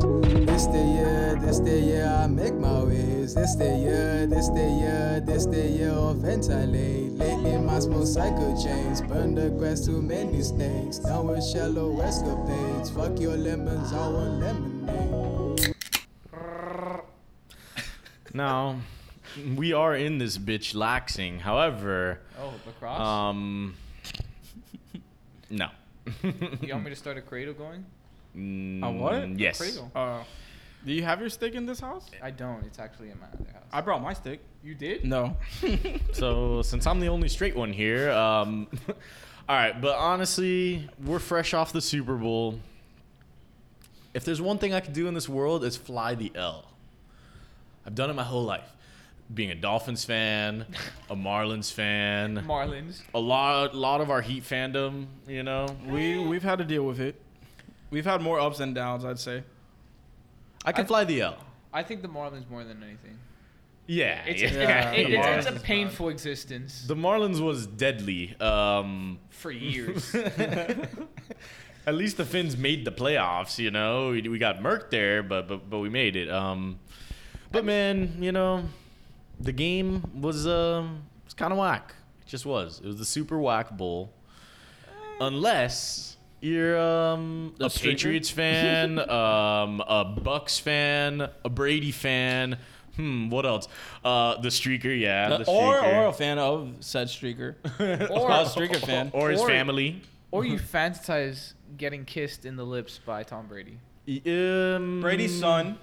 This the year, this the year I make my ways. This the year, this the year, this the year of ventilate. Lately my small cycle chains burn the grass too many snakes. Down with shallow escapades. Fuck your lemons, I want lemonade. Now, we are in this bitch laxing. However, Oh, lacrosse. um, no. you want me to start a cradle going? Mm, A what? Yes. Cradle. Uh, do you have your stick in this house? I don't. It's actually in my other house. I brought my stick. you did? No. So since I'm the only straight one here, um, all right. But honestly, we're fresh off the Super Bowl. If there's one thing I could do in this world, is fly the L. I've done it my whole life. Being a Dolphins fan, a Marlins fan, Marlins. a lot, lot of our Heat fandom. You know, We we've had to deal with it. We've had more ups and downs, I'd say. I can I- fly the L. I think the Marlins more than anything. Yeah, It's, yeah. it's, Yeah, it- the, it's- it's Marlins, a painful existence the Marlins was deadly. Um, for years. At least the Finns made the playoffs, you know. We, we got murked there, but but but we made it. Um, but man, you know, the game was um was kind of whack. It just was. It was the super whack bowl. Unless you're um, a, streaker? Patriots fan, um, a Bucks fan, a Brady fan. Hmm, what else? Uh, the streaker, yeah. the or or a streaker. fan of said streaker. Or- Not a streaker fan. or his or- family. or you fantasize getting kissed in the lips by Tom Brady. Um, Brady's son.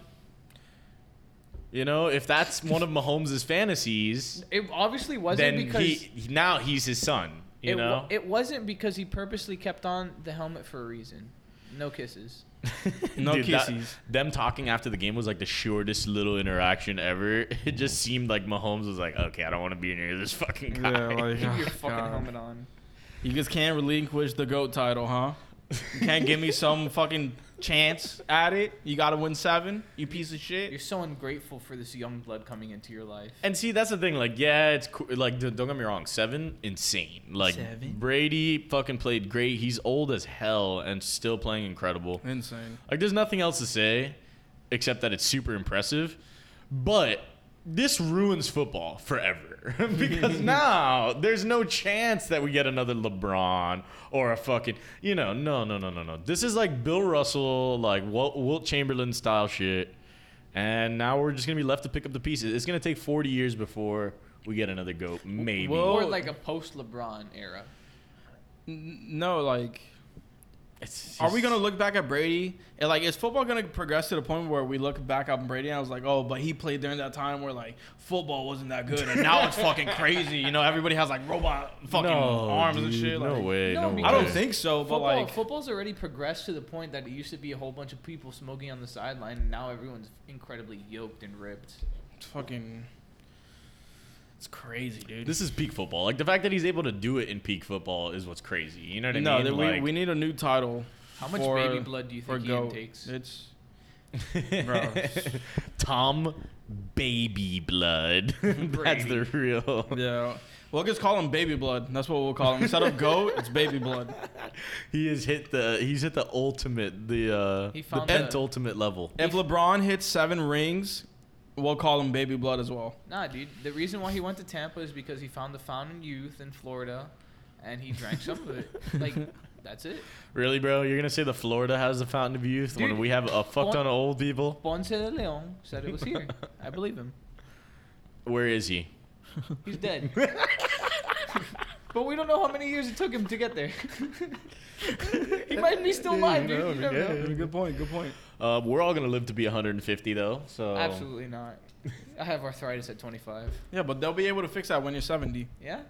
You know, if that's one of Mahomes' fantasies, It obviously wasn't then because he now he's his son. You it, wa- know, it wasn't because he purposely kept on the helmet for a reason. No kisses. No that- kisses. them talking after the game was like the shortest little interaction ever. It Mm. just seemed like Mahomes was like, "Okay, I don't want to be near this fucking guy." like, Keep oh, your fucking God. helmet on. You just can't relinquish the GOAT title, huh? You can't give me some fucking chance at it. You gotta win seven, you piece of You're shit. so ungrateful for this young blood coming into your life. And see, that's the thing. Like, yeah, it's cool. Like, d- don't get me wrong. Seven, insane. Like, Seven? Brady fucking played great. He's old as hell and still playing incredible. Insane. Like, there's nothing else to say except that it's super impressive. But this ruins football forever because now there's no chance that we get another LeBron or a fucking, you know, no, no, no, no, no. This is like Bill Russell, like Wilt, Wilt Chamberlain style shit. And now we're just going to be left to pick up the pieces. It's going to take 40 years before we get another GOAT, maybe. Well- Or Oh. like a post LeBron era. N- No, like, It's are we just- gonna look back at Brady? And like, is football gonna progress to the point where we look back at Brady and I was like, oh, but he played during that time where like football wasn't that good, and now it's fucking crazy. You know, everybody has like robot fucking No, arms and dude, shit. Like, no way. No, No, way. because- I don't think so, but Football, like, football's already progressed to the point that it used to be a whole bunch of people smoking on the sideline, and now everyone's incredibly yoked and ripped. it's fucking, it's crazy, dude. This is peak football. Like the fact that he's able to do it in peak football is what's crazy. You know what I no, mean? that we, like, we need a new title. How much for- baby blood do you for think he goat. takes? It's bro. Tom Baby Blood. That's the real. yeah. We'll just call him baby blood. That's what we'll call him. Instead of goat, it's baby blood. He has hit the. He's hit the ultimate. The uh, He the found pent the- ultimate level. If LeBron hits seven rings, we'll call him baby blood as well. Nah, dude. The reason why he went to Tampa is because he found the fountain youth in Florida, and he drank some of it. Like, that's it. Really, bro? You're gonna say the Florida has the fountain of youth when Dude, we have a fuck Bon- ton of old people? Ponce de Leon said it was here. I believe him. Where is he? He's dead. but we don't know how many years it took him to get there. he might be still alive, dude. You never know. Good point. Good point. Uh, we're all gonna live to be 150 though. So Absolutely not. I have arthritis at 25. Yeah, but they'll be able to fix that when you're 70. Yeah?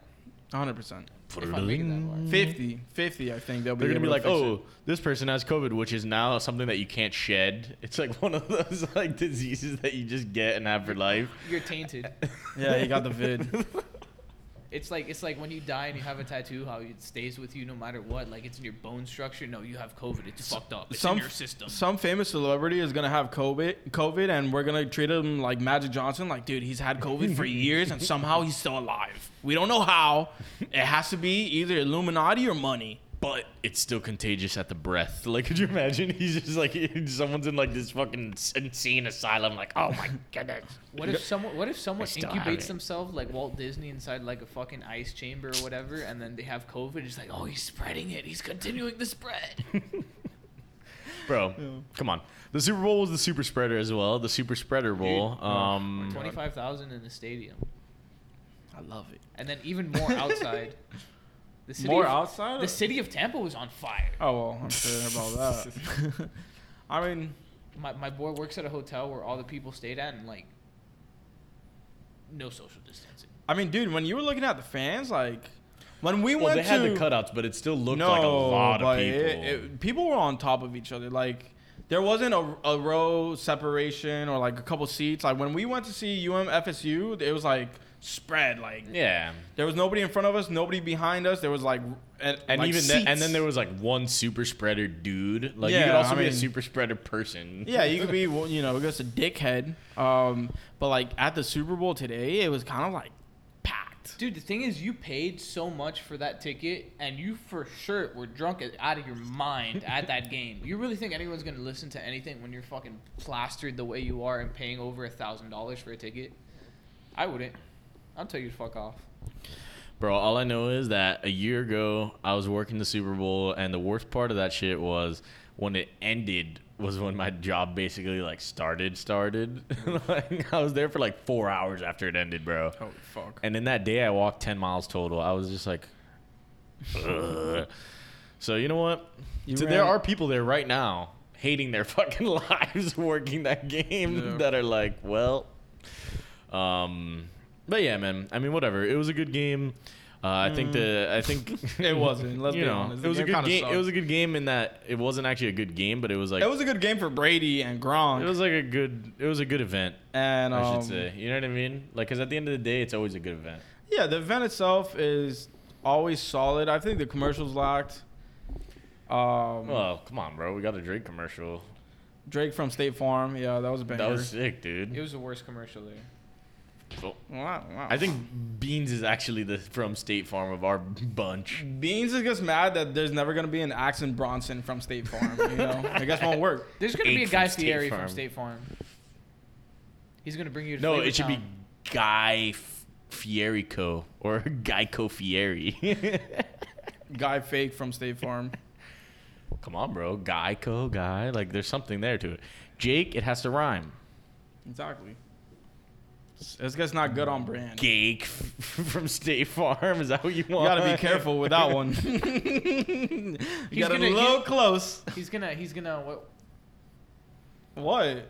100%. If I make it that far. 50. 50, I think they'll Mm-hmm. be They're gonna be able like, to fix oh, this person has COVID, which is now something that you can't shed. It's like one of those like diseases that you just get and have for life. You're tainted. it. Yeah, you got the vid. It's like it's like when you die and you have a tattoo, how it stays with you no matter what. Like it's in your bone structure. No, you have COVID. It's fucked up. It's some- in your system. Some famous celebrity is going to have COVID, COVID, and we're going to treat him like Magic Johnson. Like, dude, he's had COVID for years, and somehow he's still alive. We don't know how. It has to be either Illuminati or money. but it's still contagious at the breath. Like, could you imagine? He's just like, someone's in like this fucking insane asylum. Like, oh my goodness. What if someone? What if someone still have incubates it. themselves like Walt Disney inside like a fucking ice chamber or whatever, and then they have COVID? It's like, oh, he's spreading it. He's continuing the spread. Bro, come on. The Super Bowl was the super spreader as well. The super spreader bowl. Mm. Um, Twenty five thousand in the stadium, I love it. and then even more outside. The city More of, outside? The city of Tampa was on fire. Oh well, I'm sure about that. I mean, My my boy works at a hotel where all the people stayed at, and like, no social distancing. I mean, dude, when you were looking at the fans, like when we well, went they had to the cutouts, but it still looked like a lot of but people. It, it- people were on top of each other. Like there wasn't a, a row separation or like a couple seats. Like when we went to see UM FSU, it was like spread. Like yeah. there was nobody in front of us, nobody behind us. There was like and, And even then, then, and then there was like one super spreader dude. Like you could Yeah, also I be a mean- super spreader person. Yeah, you could be, well, you know, just a dickhead. Um, but like at the Super Bowl today, it was kind of like packed. Dude, the thing is, you paid so much for that ticket, and you for sure were drunk as- out of your mind at that game. You really think anyone's gonna listen to anything when you're fucking plastered the way you are and paying over a thousand dollars for a ticket? I wouldn't. I'll tell you to fuck off. Bro, all I know is that a year ago I was working the Super Bowl, and the worst part of that shit was when it ended. Was when my job basically like started started. like, I was there for like four hours after it ended, bro. Oh fuck. And then that day I walked ten miles total. I was just like, ugh. so you know what? So there ran- are people there right now hating their fucking lives working that game Yeah. that are like, well, um, but yeah, man. I mean, whatever. It was a good game. Uh, I think the I think Mm. It wasn't, let's you be know, honest. It The was a game good kinda game. It sucked. was a good game in that it wasn't actually a good game, but it was like It was a good game for Brady and Gronk. it was like a good it was a good event. and um, I should say. You know what I mean? Like, cause at the end of the day, it's always a good event. Yeah, the event itself is always solid. I think the commercials lacked. Um, Well, come on, bro. We got a Drake commercial. Drake from State Farm. Yeah, that was a banger. That was sick, dude. Mm. It was the worst commercial there. wow, wow. I think Beans is actually the from State Farm of our bunch. Beans is just mad that there's never gonna be an Axon Bronson from State Farm. You know, I guess won't work. There's gonna be Ape a guy from State Fieri Farm. from State Farm. He's gonna bring you. To No, Flavor it should be Town. Guy F- Fierico or Geico Fieri. Guy fake from State Farm. Come on, bro. Geico guy. Like, there's something there to it. Jake, it has to rhyme. Exactly. This guy's not good on brand. You Gake f- from State Farm. Is that what you want? gotta be careful with that one. you He's gotta gonna- look close. He's gonna. He's gonna. What, What?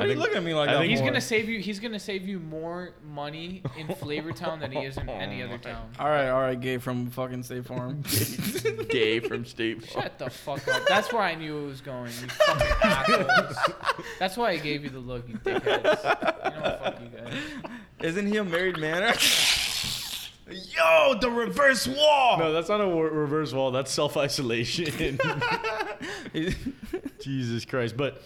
I What are you think- looking at me like I that? think he's for? gonna save you. He's gonna save you more money in Flavor Town than he is Oh in any other town. All right, all right, gay from fucking State Farm. Gay from State Farm. Shut the fuck up. That's where I knew it was going. You fucking assholes. That's why I gave you the look, you dickheads. You know, fuck you guys. Isn't he a married man? Yo, the reverse wall. No, that's not a wor- reverse wall. That's self isolation. Jesus Christ. But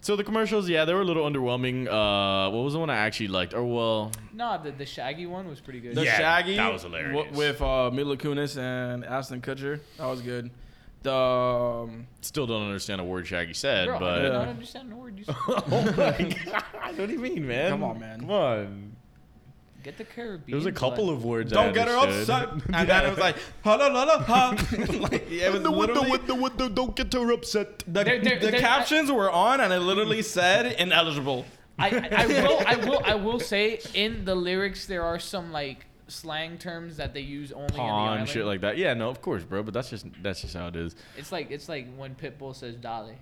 so the commercials, yeah, they were a little underwhelming. Uh, what was the one I actually liked? Or well, Nah, the, the shaggy one was pretty good. the Yeah, Shaggy. that was hilarious. wi- with uh, Mila Kunis and Aston Kutcher. That was good. The um, still don't understand a word Shaggy said, Bro, I but don't Yeah. understand the word you said. oh my god, what do you mean, man? Come on, man. Come on. Get the Caribbean. There was a couple blood. of words. I don't get her understood. upset. And then it was like, ha la la la ha. Like it What was the- what the- literally- what the- what the- don't get her upset. the, They're- they're- the they're- captions were on, and it literally said ineligible. I, I, I will I will I will say in the lyrics there are some like slang terms that they use only in the Pawn island. shit like that. Yeah, no, of course, bro. But that's just that's just how it is. it's like it's like when Pitbull says Dolly.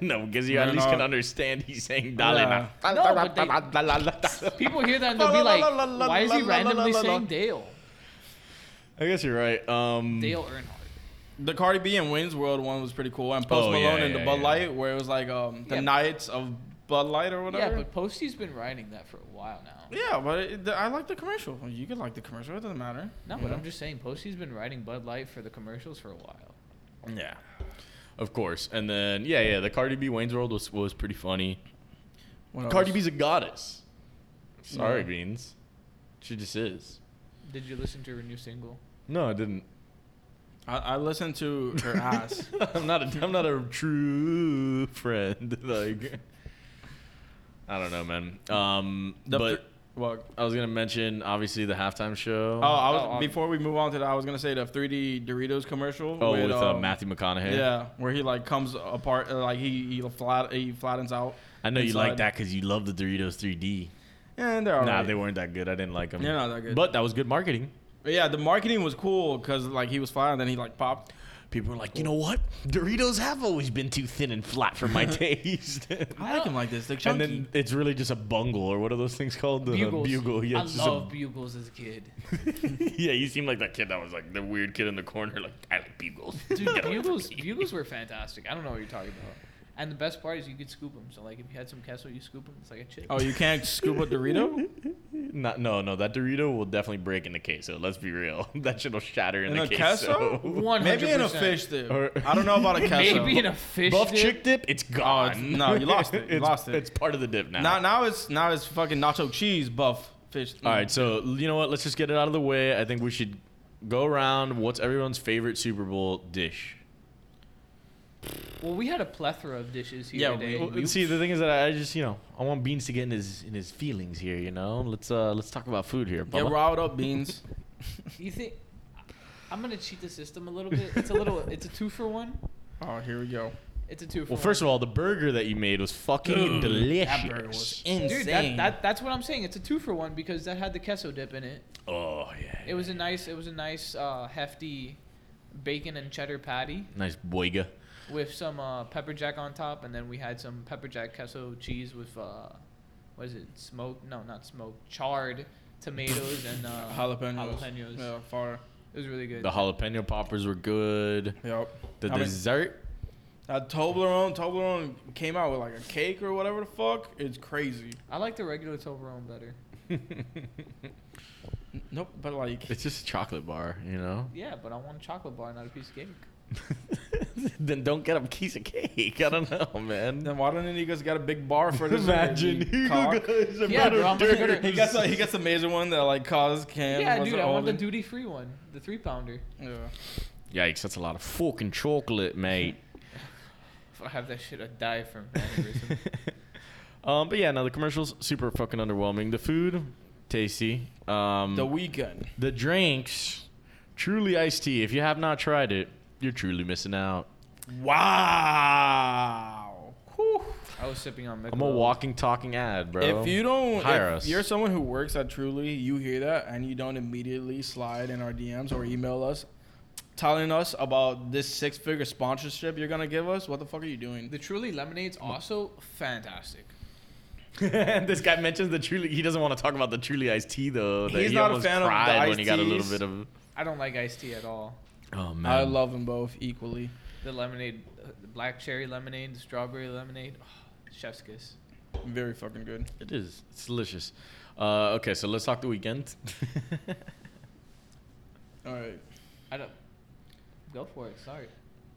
no, because you No, at no, least no. can understand he's saying Dale. Yeah. No, but People hear that and they'll be like, why is he randomly saying Dale? I guess you're right. Um, Dale Earnhardt. The Cardi B and Wayne's World one was pretty cool, and Post Oh, yeah, Malone and yeah, the Bud yeah. Light, where it was like um, the Yeah. Knights of Bud Light or whatever. Yeah, but Posty's been riding that for a while now. Yeah, but it, the, I like the commercial. Well, You can like the commercial. It doesn't matter. No, You but know? I'm just saying Posty's been riding Bud Light for the commercials for a while. Yeah, of course. And then yeah, yeah, the Cardi B Wayne's World was was pretty funny. What Cardi else? B's a goddess. Sorry, Yeah. Beans. She just is. Did you listen to her new single? No, I didn't. I, I listened to her ass. I'm not a I'm not a true friend. Like I don't know, man. Um, The but th- well, I was gonna mention obviously the halftime show. oh, I was Oh, um, before we move on to that, I was gonna say the 3D Doritos commercial. Oh, with uh, um, Matthew McConaughey. Yeah, where he like comes apart, uh, like he he flat he flattens out. I know you like inside. that because you love the Doritos 3D. And they're all nah, right. they weren't that good. I didn't like them. They're not that good. But that was good marketing. But yeah, the marketing was cool because like he was flat and then he like popped. People were like, you know what? Doritos have always been too thin and flat for my taste. I like him like this. They're and chunky. then it's really just a bungle or what are those things called? The Bugles. bugle. Yeah, I it's just a- love bugles as a kid. yeah, you seem like that kid that was like the weird kid in the corner. Like I like bugles. Dude, bugles, bugles were fantastic. I don't know what you're talking about. And the best part is you could scoop them. So like, if you had some Kessel, you scoop them. It's like a chip. oh, you can't scoop a Dorito Not, no, no, that Dorito will definitely break in the queso. Let's be real. That shit will shatter in, in the, a queso. queso. One hundred Maybe in a fish dip. Or- I don't know about a queso. Maybe in a fish. Buff dip. chick dip, it's gone. Oh, it's- no, you lost it. You it's, lost it. It's part of the dip now. now now it's now it's fucking nacho cheese buff fish. Mm. All right, so you know what? Let's just get it out of the way. I think we should go around. What's everyone's favorite Super Bowl dish? Well, we had a plethora of dishes here Yeah, today. we- Well, see, the thing is that I just, you know, I want Beans to get in his in his feelings here. You know, let's uh let's talk about food here. Get Bubba. riled up, beans. you think I'm gonna cheat the system a little bit? It's a little. It's a two for one. Oh, here we go. It's a two for. Well, first of all, the burger that you made was fucking delicious. that burger was all, insane. dude, that, that, that's what I'm saying. It's a two for one because that had the queso dip in it. oh yeah. It was a nice. It was a nice uh, hefty bacon and cheddar patty nice boiga. with some uh, pepper jack on top, and then we had some pepper jack queso cheese with uh, what is it? Smoked? No, not smoked. Charred tomatoes and uh, jalapenos. Jalapenos. Yeah, far. It was really good. The jalapeno poppers were good. Yep. The I mean, dessert. that Toblerone, Toblerone came out with like a cake or whatever the fuck. It's crazy. I like the regular Toblerone better. Nope, but like it's just a chocolate bar, you know. Yeah, but I want a chocolate bar, not a piece of cake. then don't get a piece of cake. I don't know, man. Then why don't you guys got a big bar for this? Imagine He, Hugo cock? goes about Yeah, a bro, I'm gonna go to- dirt. he gets a, he gets a major one that like causes can. yeah, was dude, I want the holding. duty free one, the three pounder. Yeah. Yikes, that's a lot of fucking chocolate, mate. If I have that shit, I'd die from aneurysm. um, but yeah, no, the commercials super fucking underwhelming. The food, tasty. Um, The the, weekend. drinks, truly iced tea. If you have not tried it, you're truly missing out. Wow. Whew. I was sipping on Michelob. I'm a walking, talking ad, bro. If you don't, Hire if us. you're someone who works at Truly, you hear that and you don't immediately slide in our DMs or email us, telling us about this six-figure sponsorship you're gonna give us. What the fuck are you doing? The Truly lemonade's also fantastic. this guy mentions the truly, he doesn't want to talk about the truly iced tea though. that He's he not a almost fan of the cried when iced he got a little teas. bit of. I don't like iced tea at all. Oh man, I love them both equally. The lemonade, uh, the black cherry lemonade, the strawberry lemonade, oh, chef's kiss. Very fucking good. it. Is it's delicious. Uh, okay, so let's talk the weekend. All right. I don't. Go for it. Sorry.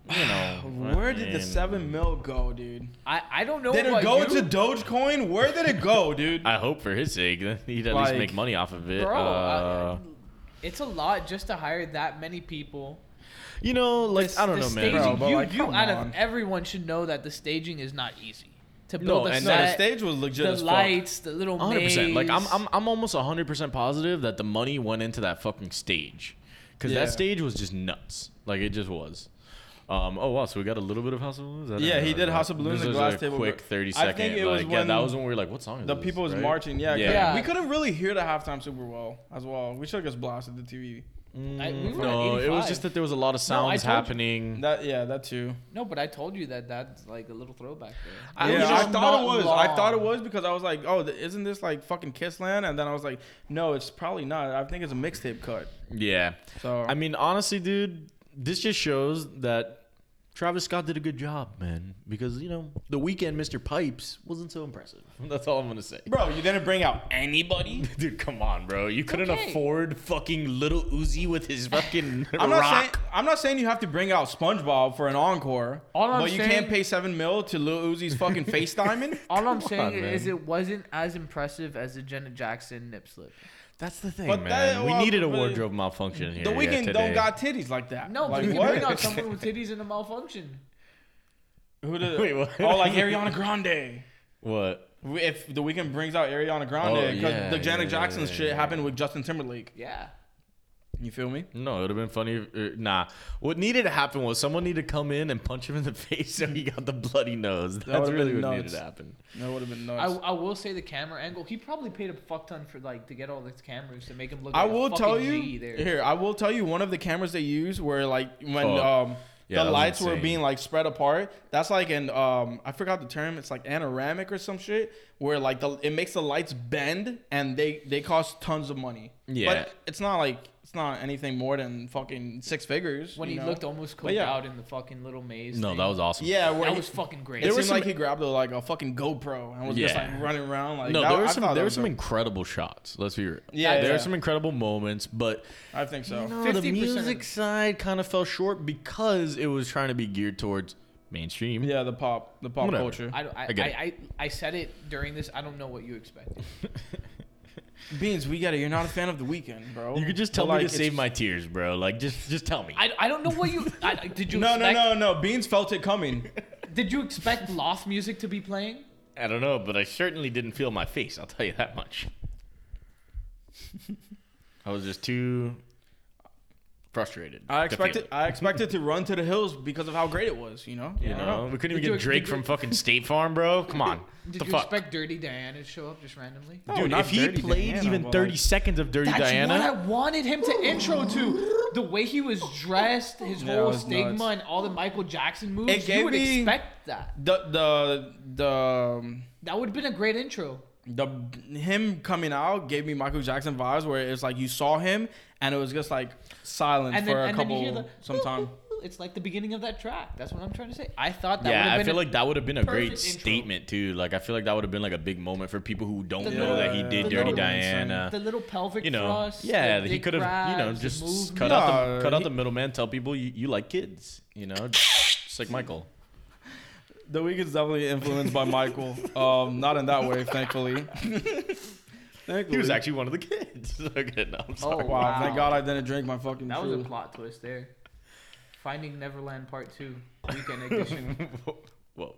you know, Where did the fucking- seven mil go, dude? Oh, I, I don't know Did it about go you. to Dogecoin? Where did it go, dude? I hope for his sake that he'd at least Like- make money off of it. Bro, uh, I- it's a lot just to hire that many people. you know, like I don't know, man. Bro, but you, like, you come out on. of everyone should know that the staging is not easy. To No, build a and and no, the set, stage was legit the as fuck. lights, the little 100. percent Like I'm, maze. I'm, I'm almost 100 percent positive that the money went into that fucking stage, because Yeah. that stage was just nuts. Like it just was. Um, oh wow! So we got a little bit of House of Balloons. I didn't Yeah, realize he did that. Uh, House of Balloons This and was Glass a Table Quick Gr- thirty I second. think it was like, yeah, that when was when we were like, "What song is The this?" people was right? marching. Yeah, 'cause Yeah. We couldn't really hear the halftime super well as well. We should have just blasted the TV. I- we were at Mm. no, it was 85. just that there was a lot of No, I sounds told you. happening. That yeah, that too. No, but I told you that that's like a little throwback there. I- yeah, was I just thought not it was. I long. thought it was because I was like, oh, th- isn't this like fucking Kiss Land? And then I was like, no, it's probably not. I think it's a mixtape cut. Yeah. So I mean, honestly, dude, this just shows that Travis Scott did a good job, man. Because you know, the weekend Mr. Pipes wasn't so impressive. That's all I'm gonna say. bro, you didn't bring out anybody. Dude, come on, bro. You couldn't okay. afford fucking little Uzi with his fucking I'm not saying rock. I'm not saying you have to bring out SpongeBob for an encore. All I'm but you saying- can't pay seven mil to Lil Uzi's fucking FaceTiming. All I'm Come saying on, is man. it wasn't as impressive as the Jenna Jackson nip slip. That's the thing, But man. that- we well, needed a but- wardrobe malfunction here. The yeah, weekend today. don't got titties like that. No, like but you can bring out someone with titties and a malfunction. Who the, Wait, what? Oh, like Ariana Grande. what? We- If the weekend brings out Ariana Grande, because Oh, yeah, the Janet yeah, Jackson yeah, shit yeah. happened with Justin Timberlake. Yeah. You feel me? No, it would have been funny. If, er, nah, what needed to happen was someone needed to come in and punch him in the face so he got the bloody nose. That's would've really what been needed nuts. to happen. That would have been I, nuts. I will say the camera angle. He probably paid a fuck ton for like to get all these cameras to make him look. I, like a will fucking tell G you there. here. I will tell you one of the cameras they use where like when Oh. um Yeah, that the was lights were insane. being like spread apart. That's like an um I forgot the term. It's like anoramic or some shit where like the it makes the lights bend and they they cost tons of money. Yeah. but it's not like it's not anything more than fucking six figures. when you he know? looked almost But coked yeah. out in the fucking little maze. No, thing. that was awesome. yeah, where that he- was fucking great. It There seemed were some- like he grabbed a, like a fucking GoPro and was just Yeah. like running around. Like no, that- there were I some thought that there were was some dope. incredible shots. Let's be real. Yeah, there yeah. were some incredible moments, but I think so. no, the 50% of- music side kind of fell short because it was trying to be geared towards mainstream. Yeah, the pop, the pop Whatever. culture. I, don't- I, I I, get I, I said it during this. I don't know what you expected. Beans, we get it. You're not a fan of the weekend, bro. You could just But, tell me like, to it's- save my tears, bro. Like just just tell me. I, I don't know what you I, I- did. You No, no, expect, no, no. Beans felt it coming. Did you expect loth music to be playing? I don't know, but I certainly didn't feel my face. I'll tell you that much. I was just too frustrated. I to feel expected, it, I expected to run to the hills because of how great it was. You know. You I don't know, we couldn't even Did you get ex- Drake did you- from fucking State Farm, bro. Come on, Did the you fuck, expect Dirty Diana to show up just randomly? No, dude? Oh, not if he Dirty played Diana, even but, thirty like- seconds of Dirty That's what I Diana, wanted him to intro to. The way he was dressed, his Yeah, it whole was stigma, nuts. and all the Michael Jackson moves. It gave you would me- expect that. the the the um, That would have been a great intro. the him coming out gave me Michael Jackson vibes, where it's like you saw him and it was just like silent And for then, a and couple then you hear the some time. It's like the beginning of that track. That's what I'm trying to say. I thought that would yeah, have I been feel a- like that would have been a great perfect intro. statement too. Like I feel like that would have been like a big moment for people who don't The know little- that he did the Dirty little- Diana. the little pelvic you know, thrust. yeah, the he dick could have, you know, grabs, the just movement. cut out the No, cut out he- the middleman. Tell people you, you like kids, you know, just like Michael. The week is definitely influenced by Michael. Um, not in that way, thankfully. thankfully. He was actually one of the kids. okay, no, I'm Oh, sorry. Wow, Wow. Thank God I didn't drink my fucking. That was a food. plot twist there. Finding Neverland Part Two, Weekend Edition. Well,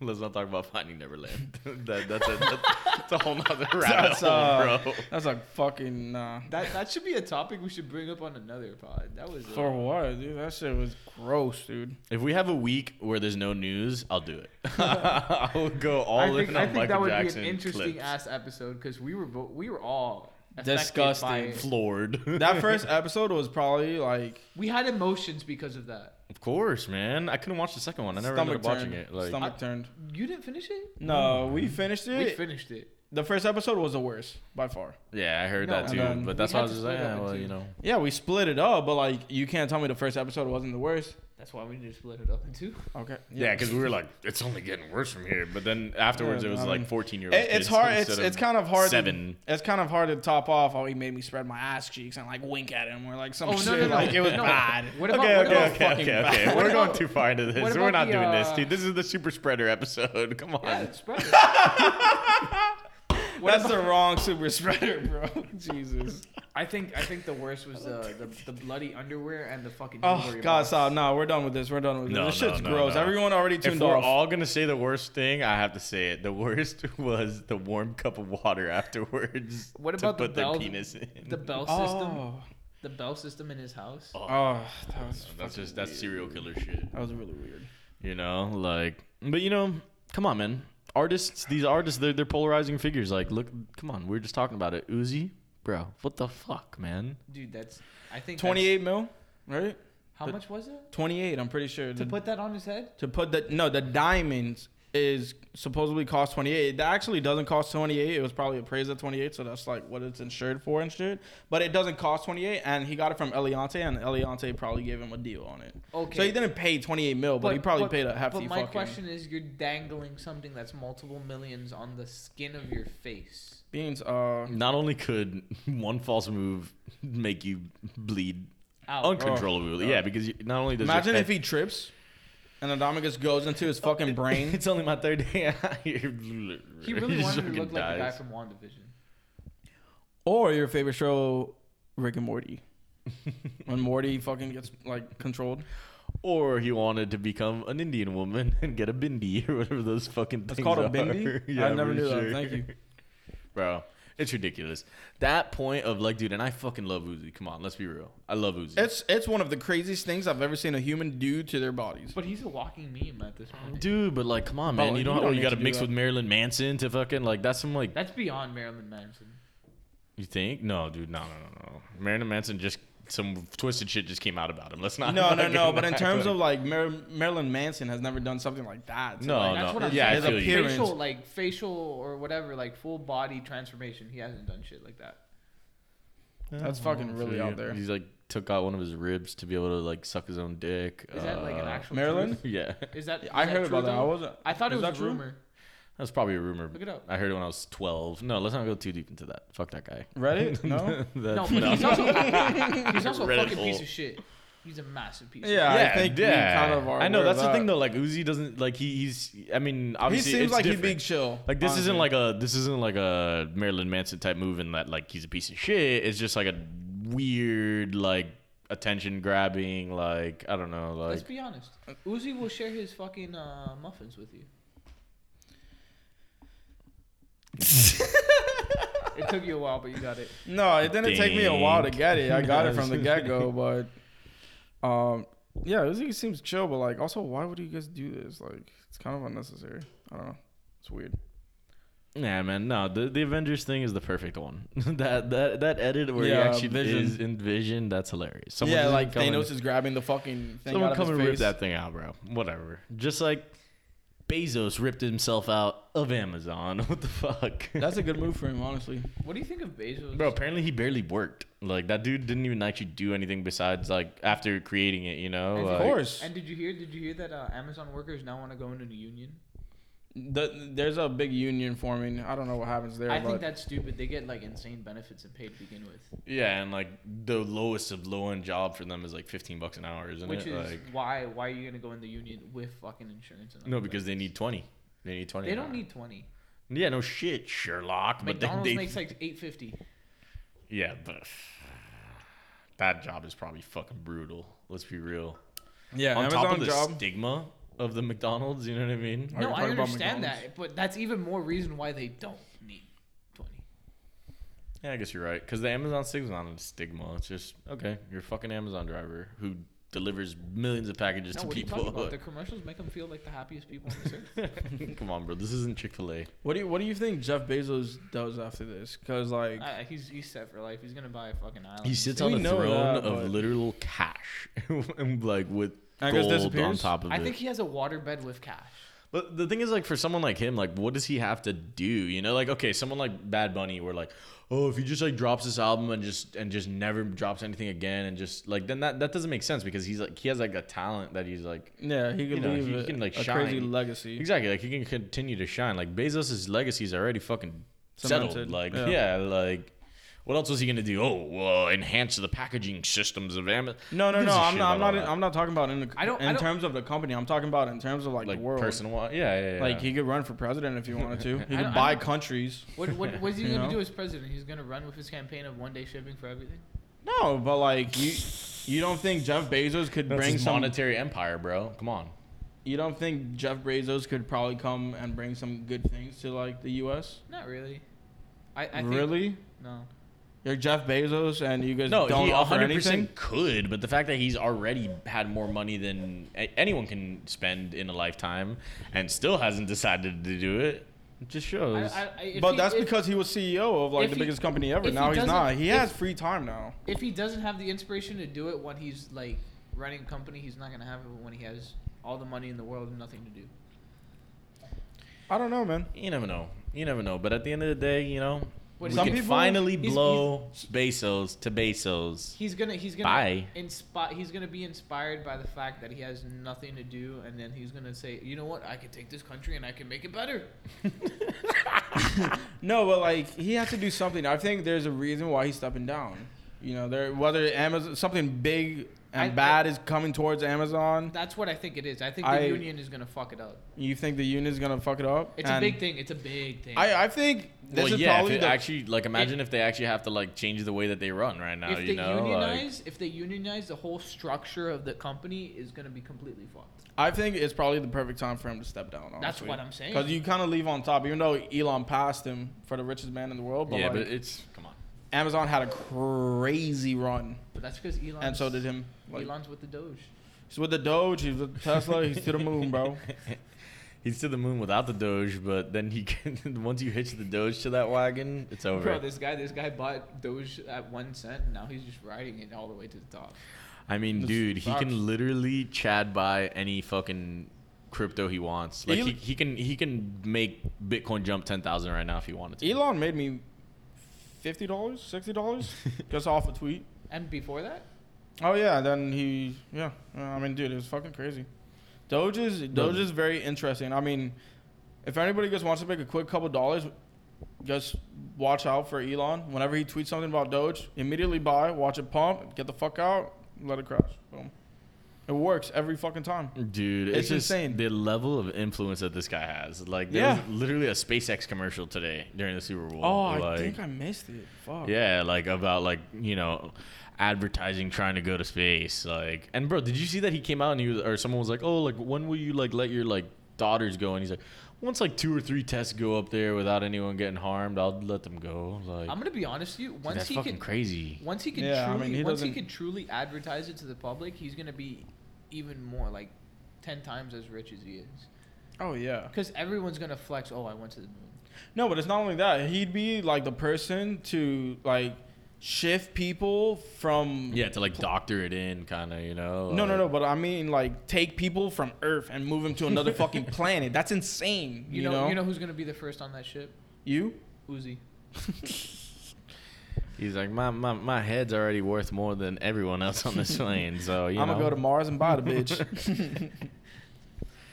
let's not talk about Finding Neverland. that, that's, a, that's, that's a whole nother rabbit That's, hole, uh, bro. That's a fucking. Nah. that that should be a topic we should bring up on another pod. That was. For what, dude? That shit was gross, dude. If we have a week where there's no news, I'll do it. I will go all I think, in on I think Michael that would Jackson be an interesting clips. ass episode because we were bo- we were all affected Disgusting. by it. Floored. That first episode was probably like We had emotions because of that. of course, man. I couldn't watch the second one. I never stomach ended up watching turned. it. Like, stomach turned. Mm. You didn't finish it. No, we finished We it. finished it. the first episode was the worst by far. yeah, I heard No, that and too. then- but that's We why I had was to just split like, it yeah, up well, into- you know. Yeah, we split it up, but like you can't tell me the first episode wasn't the worst. That's why we need to split it up in two. Okay. Yeah, because we were like, it's only getting worse from here. But then afterwards, Yeah, it was I like mean- 14 year old. It, it's hard. It's it's kind of hard. Seven. To, it's kind of hard to top off. Oh, he made me spread my ass cheeks and like wink at him or like some Oh, no, shit. no, no. Like it was No. bad. What about Okay, what okay, about okay, fucking okay, bad? okay. What We're about- going too far into what this. about We're not the, doing this, uh, dude. This is the super spreader episode. Come on. Yeah, it's spread it. That's the wrong super spreader, bro. Jesus. I think I think the worst was the the, the bloody underwear and the fucking. Oh jewelry God, box. stop! No, we're done with this. We're done with this. No, this no, shit's no, gross. no. Everyone already If tuned we're off. all gonna say the worst thing, I have to say it. The worst was the warm cup of water afterwards. What to about the put their bell- penis in? The bell system. oh, The bell system in his house. Oh, oh, that was that's fucking just that's weird. serial killer shit. That was really weird. You know, like, but you know, come on, man. Artists, these artists, they're they're polarizing figures. Like, look, come on, we are just talking about it. Uzi, bro, what the fuck, man? Dude, that's. I think. that's- Twenty-eight mil, right? How much was it Twenty-eight. I'm pretty sure. to The- put that on his head? to put the no the diamonds is supposedly cost 28 that actually doesn't cost 28 it was probably appraised at 28 so that's like what it's insured for and shit but it doesn't cost 28 and he got it from Eliante and Eliante probably gave him a deal on it Okay. so he didn't pay 28 mil but, he probably paid a hefty But my fucking question is, you're dangling something that's multiple millions on the skin of your face. beans uh Not only could one false move make you bleed Out. uncontrollably, yeah, because you, not only does your Oh, imagine head- if he trips and Adamagus goes into his fucking brain It's only my third day out here. he really just wanted to fucking look like the guy dies. from WandaVision. Or your favorite show, Rick and Morty. when Morty fucking gets like controlled. Or he wanted to become an Indian woman and get a bindi or whatever those fucking It's things called are. a bindi. yeah, I never for knew sure. that. Thank you. Bro, it's ridiculous. That point of like, dude, and I fucking love Uzi. Come on, let's be real. I love Uzi. It's it's one of the craziest things I've ever seen a human do to their bodies. But he's a walking meme at this point. Dude, but like, come on, Bro, man. you you don't. don't oh, need you got to to do mix that. with Marilyn Manson to fucking like. That's some like. That's beyond Marilyn Manson. You think? No, dude. No, no, no, no. Marilyn Manson just some twisted shit just came out about him. Let's not. no, no, no. fucking But in act terms like- of like Mar- Marilyn Manson has never done something like that. So, No, like, That's Oh, no. what I'm yeah, saying. I feel His you. appearance- Facial, like facial or whatever, like full body transformation. He hasn't done shit like that. that's fucking really So out you- there. He's like took out one of his ribs to be able to like suck his own dick. Is that like an Uh, actual Marilyn? truth? Yeah, Is that? Is I that heard true, about that. I though? wasn't. I thought it Is was that a true? rumor. that's probably a rumor. Look it up. I heard it when I was twelve. No, let's not go too deep into that. Fuck that guy. Reddit? No. That- No, but he's also he's also a Reddit fucking piece hole. of shit. He's a massive piece. of Yeah, I think we kind of are. I know aware of that's the that. thing though. Like Uzi doesn't like he, he's. I mean, He obviously seems it's like he'd different. be chill. Like this isn't honestly. like a this isn't like a Marilyn Manson type move in that like he's a piece of shit. It's just like a weird like attention grabbing like I don't know Let's like be honest. Uzi will share his fucking uh, muffins with you. it took you a while, but you got it. No, it didn't take me a while to Dink. get it. I got it from the get go, but um, yeah, Uzi seems chill, but like, also, why would you guys do this? Like, it's kind of unnecessary. I don't know. It's weird. nah man no the, the Avengers thing is the perfect one that that that edit where Yeah, he actually Vision. is in Vision that's hilarious yeah, just like come and- Thanos is grabbing the fucking thing someone out come of and his rip face. that thing out bro whatever just like Bezos ripped himself out of Amazon what the fuck That's a good move for him, honestly. What do you think of Bezos? Bro, apparently he barely worked. Like that dude didn't even actually do anything besides like after creating it, you know? Of Like, Of course, and did you hear? Did you hear that uh, Amazon workers now want to go into the union? The- there's a big union forming. I don't know what happens there. I but think that's stupid. They get like insane benefits and pay to begin with, Yeah, and like the lowest of low end job for them is like fifteen bucks an hour, isn't which it? is like why why are you gonna go in the union with fucking insurance? And all No, that? because they need twenty. They need twenty. they an don't hour. need twenty. Yeah, no shit, Sherlock. But McDonald's they, they makes like eight fifty. Yeah, but that job is probably fucking brutal. Let's be real. yeah. On Amazon top of the job. stigma of the McDonald's, you know what I mean? Are you No, I talking about understand McDonald's? that, but that's even more reason why they don't need twenty. Yeah, I guess you're right. Because the Amazon stigma's not a stigma. It's just, okay, you're a fucking Amazon driver who delivers millions of packages No, to what are you talking people. about? The commercials make them feel like the happiest people on this earth. Come on, bro. This isn't Chick fil A. What do you What do you think Jeff Bezos does after this? Because like, Uh, he's he's set for life. He's gonna buy a fucking island. He sits We on a know throne that, of but- literal cash, and like with I guess gold on disappears? top of I it. think he has a waterbed with cash. But the thing is, like, for someone like him, like, what does he have to do? You know, like, okay, someone like Bad Bunny, where like, oh, if he just like drops this album and just and just never drops anything again, and just like, then that that doesn't make sense because he's like he has like a talent that he's like yeah, he could you know, leave he a, can, like, a crazy shine. legacy. Exactly. Like he can continue to shine. Like Bezos' legacy is already fucking settled. Cemented, Like yeah. yeah. like what else was he gonna do? Oh, uh, enhance the packaging systems of Amazon. No, no, Who no. gives a I'm shit not. I'm about not. all that? I'm not talking about in the. I don't- in I don't- terms of the company. I'm talking about in terms of like, Like the world. personal. Yeah, yeah, yeah. Like he could run for president if he wanted to. He I could don't- buy I don't- countries. What what what is he You gonna know? do as president? He's gonna run with his campaign of one day shipping for everything. No, but like you, you don't think Jeff Bezos could That's bring his some? monetary empire, bro. Come on. you don't think Jeff Bezos could probably come and bring some good things to like the U.S. Not really. I, I think, really? no. You're Jeff Bezos, and you guys No, don't he offer 100% anything. could, but the fact that he's already had more money than a- anyone can spend in a lifetime and still hasn't decided to do it, it just I, shows. I, I, if But he- that's if- because he was CEO of like if the he- biggest company ever. if Now he he's doesn't- not. He if- has free time now. if he doesn't have the inspiration to do it when he's like running a company, he's not gonna have it when he has all the money in the world and nothing to do. I don't know, man. You never know. You never know. But at the end of the day, you know, we What is can he- people- finally he's- blow Bezos to Bezos. He's gonna he's gonna Bye. inspi- he's gonna be inspired by the fact that he has nothing to do and then he's gonna say, You know what, I can take this country and I can make it better. No, but like he has to do something. I think there's a reason why he's stepping down. You know, there whether Amazon something big and I- bad is coming towards Amazon. That's what I think it is. I think the I- union is gonna fuck it up. You think the union's gonna fuck it up? It's And a big thing. It's a big thing. I, I think this well, is yeah. If probably it the, actually, like, imagine if they actually have to like change the way that they run right now. if you they know, like- unionize, if they unionize, the whole structure of the company is gonna be completely fucked. I think it's probably the perfect time for him to step down. That's what I'm saying. Because you kind of leave on top, even though Elon passed him for the richest man in the world. But, yeah, like, but it's come on. Amazon had a crazy run, But that's because Elon. and so did him. Like, Elon's with the Doge. he's with the Doge, he's with Tesla, he's to the moon, bro. He's to the moon without the Doge, but then he can. Once you hitch the Doge to that wagon, it's over. Bro, this guy, this guy bought Doge at one cent, and now he's just riding it all the way to the top. I mean, This dude, he sucks. can literally Chad buy any fucking crypto he wants. Like El- he, he can he can make Bitcoin jump ten thousand right now if he wanted to. Elon made me fifty dollars, sixty dollars, just off a tweet. And before that, Oh yeah, then he yeah. Uh, I mean, dude, it was fucking crazy. Doge is Doge is very interesting. I mean, if anybody just wants to make a quick couple dollars, just watch out for Elon. Whenever he tweets something about Doge, immediately buy, watch it pump, get the fuck out, let it crash. Boom. It works every fucking time. Dude, it's, It's just insane. the level of influence that this guy has. Like, there Yeah. was literally a SpaceX commercial today during the Super Bowl. Oh, like, I think I missed it. Fuck. yeah, like about like you know, advertising trying to go to space. Like, and bro, did you see that he came out and he was, or someone was like, oh, like when will you like let your like daughters go? And he's like, once like two or three tests go up there without anyone getting harmed, I'll let them go. Like, I'm gonna be honest with you. dude, Once that's he fucking can, crazy. once he can Yeah, I truly, mean, he once he doesn't- can truly advertise it to the public, he's gonna be even more like ten times as rich as he is. Oh yeah. Because everyone's gonna flex. Oh, I went to the moon. No, but it's not only that. He'd be like the person to like shift people from Yeah, to like doctor it in, kind of, you know. No, no, like- no. But I mean, like, take people from Earth and move them to another fucking planet. That's insane. You, know, you know who's gonna be the first on that ship? you. Uzi. He's like, my, my my head's already worth more than everyone else on this plane, so you I'm know. gonna go to Mars and buy the bitch.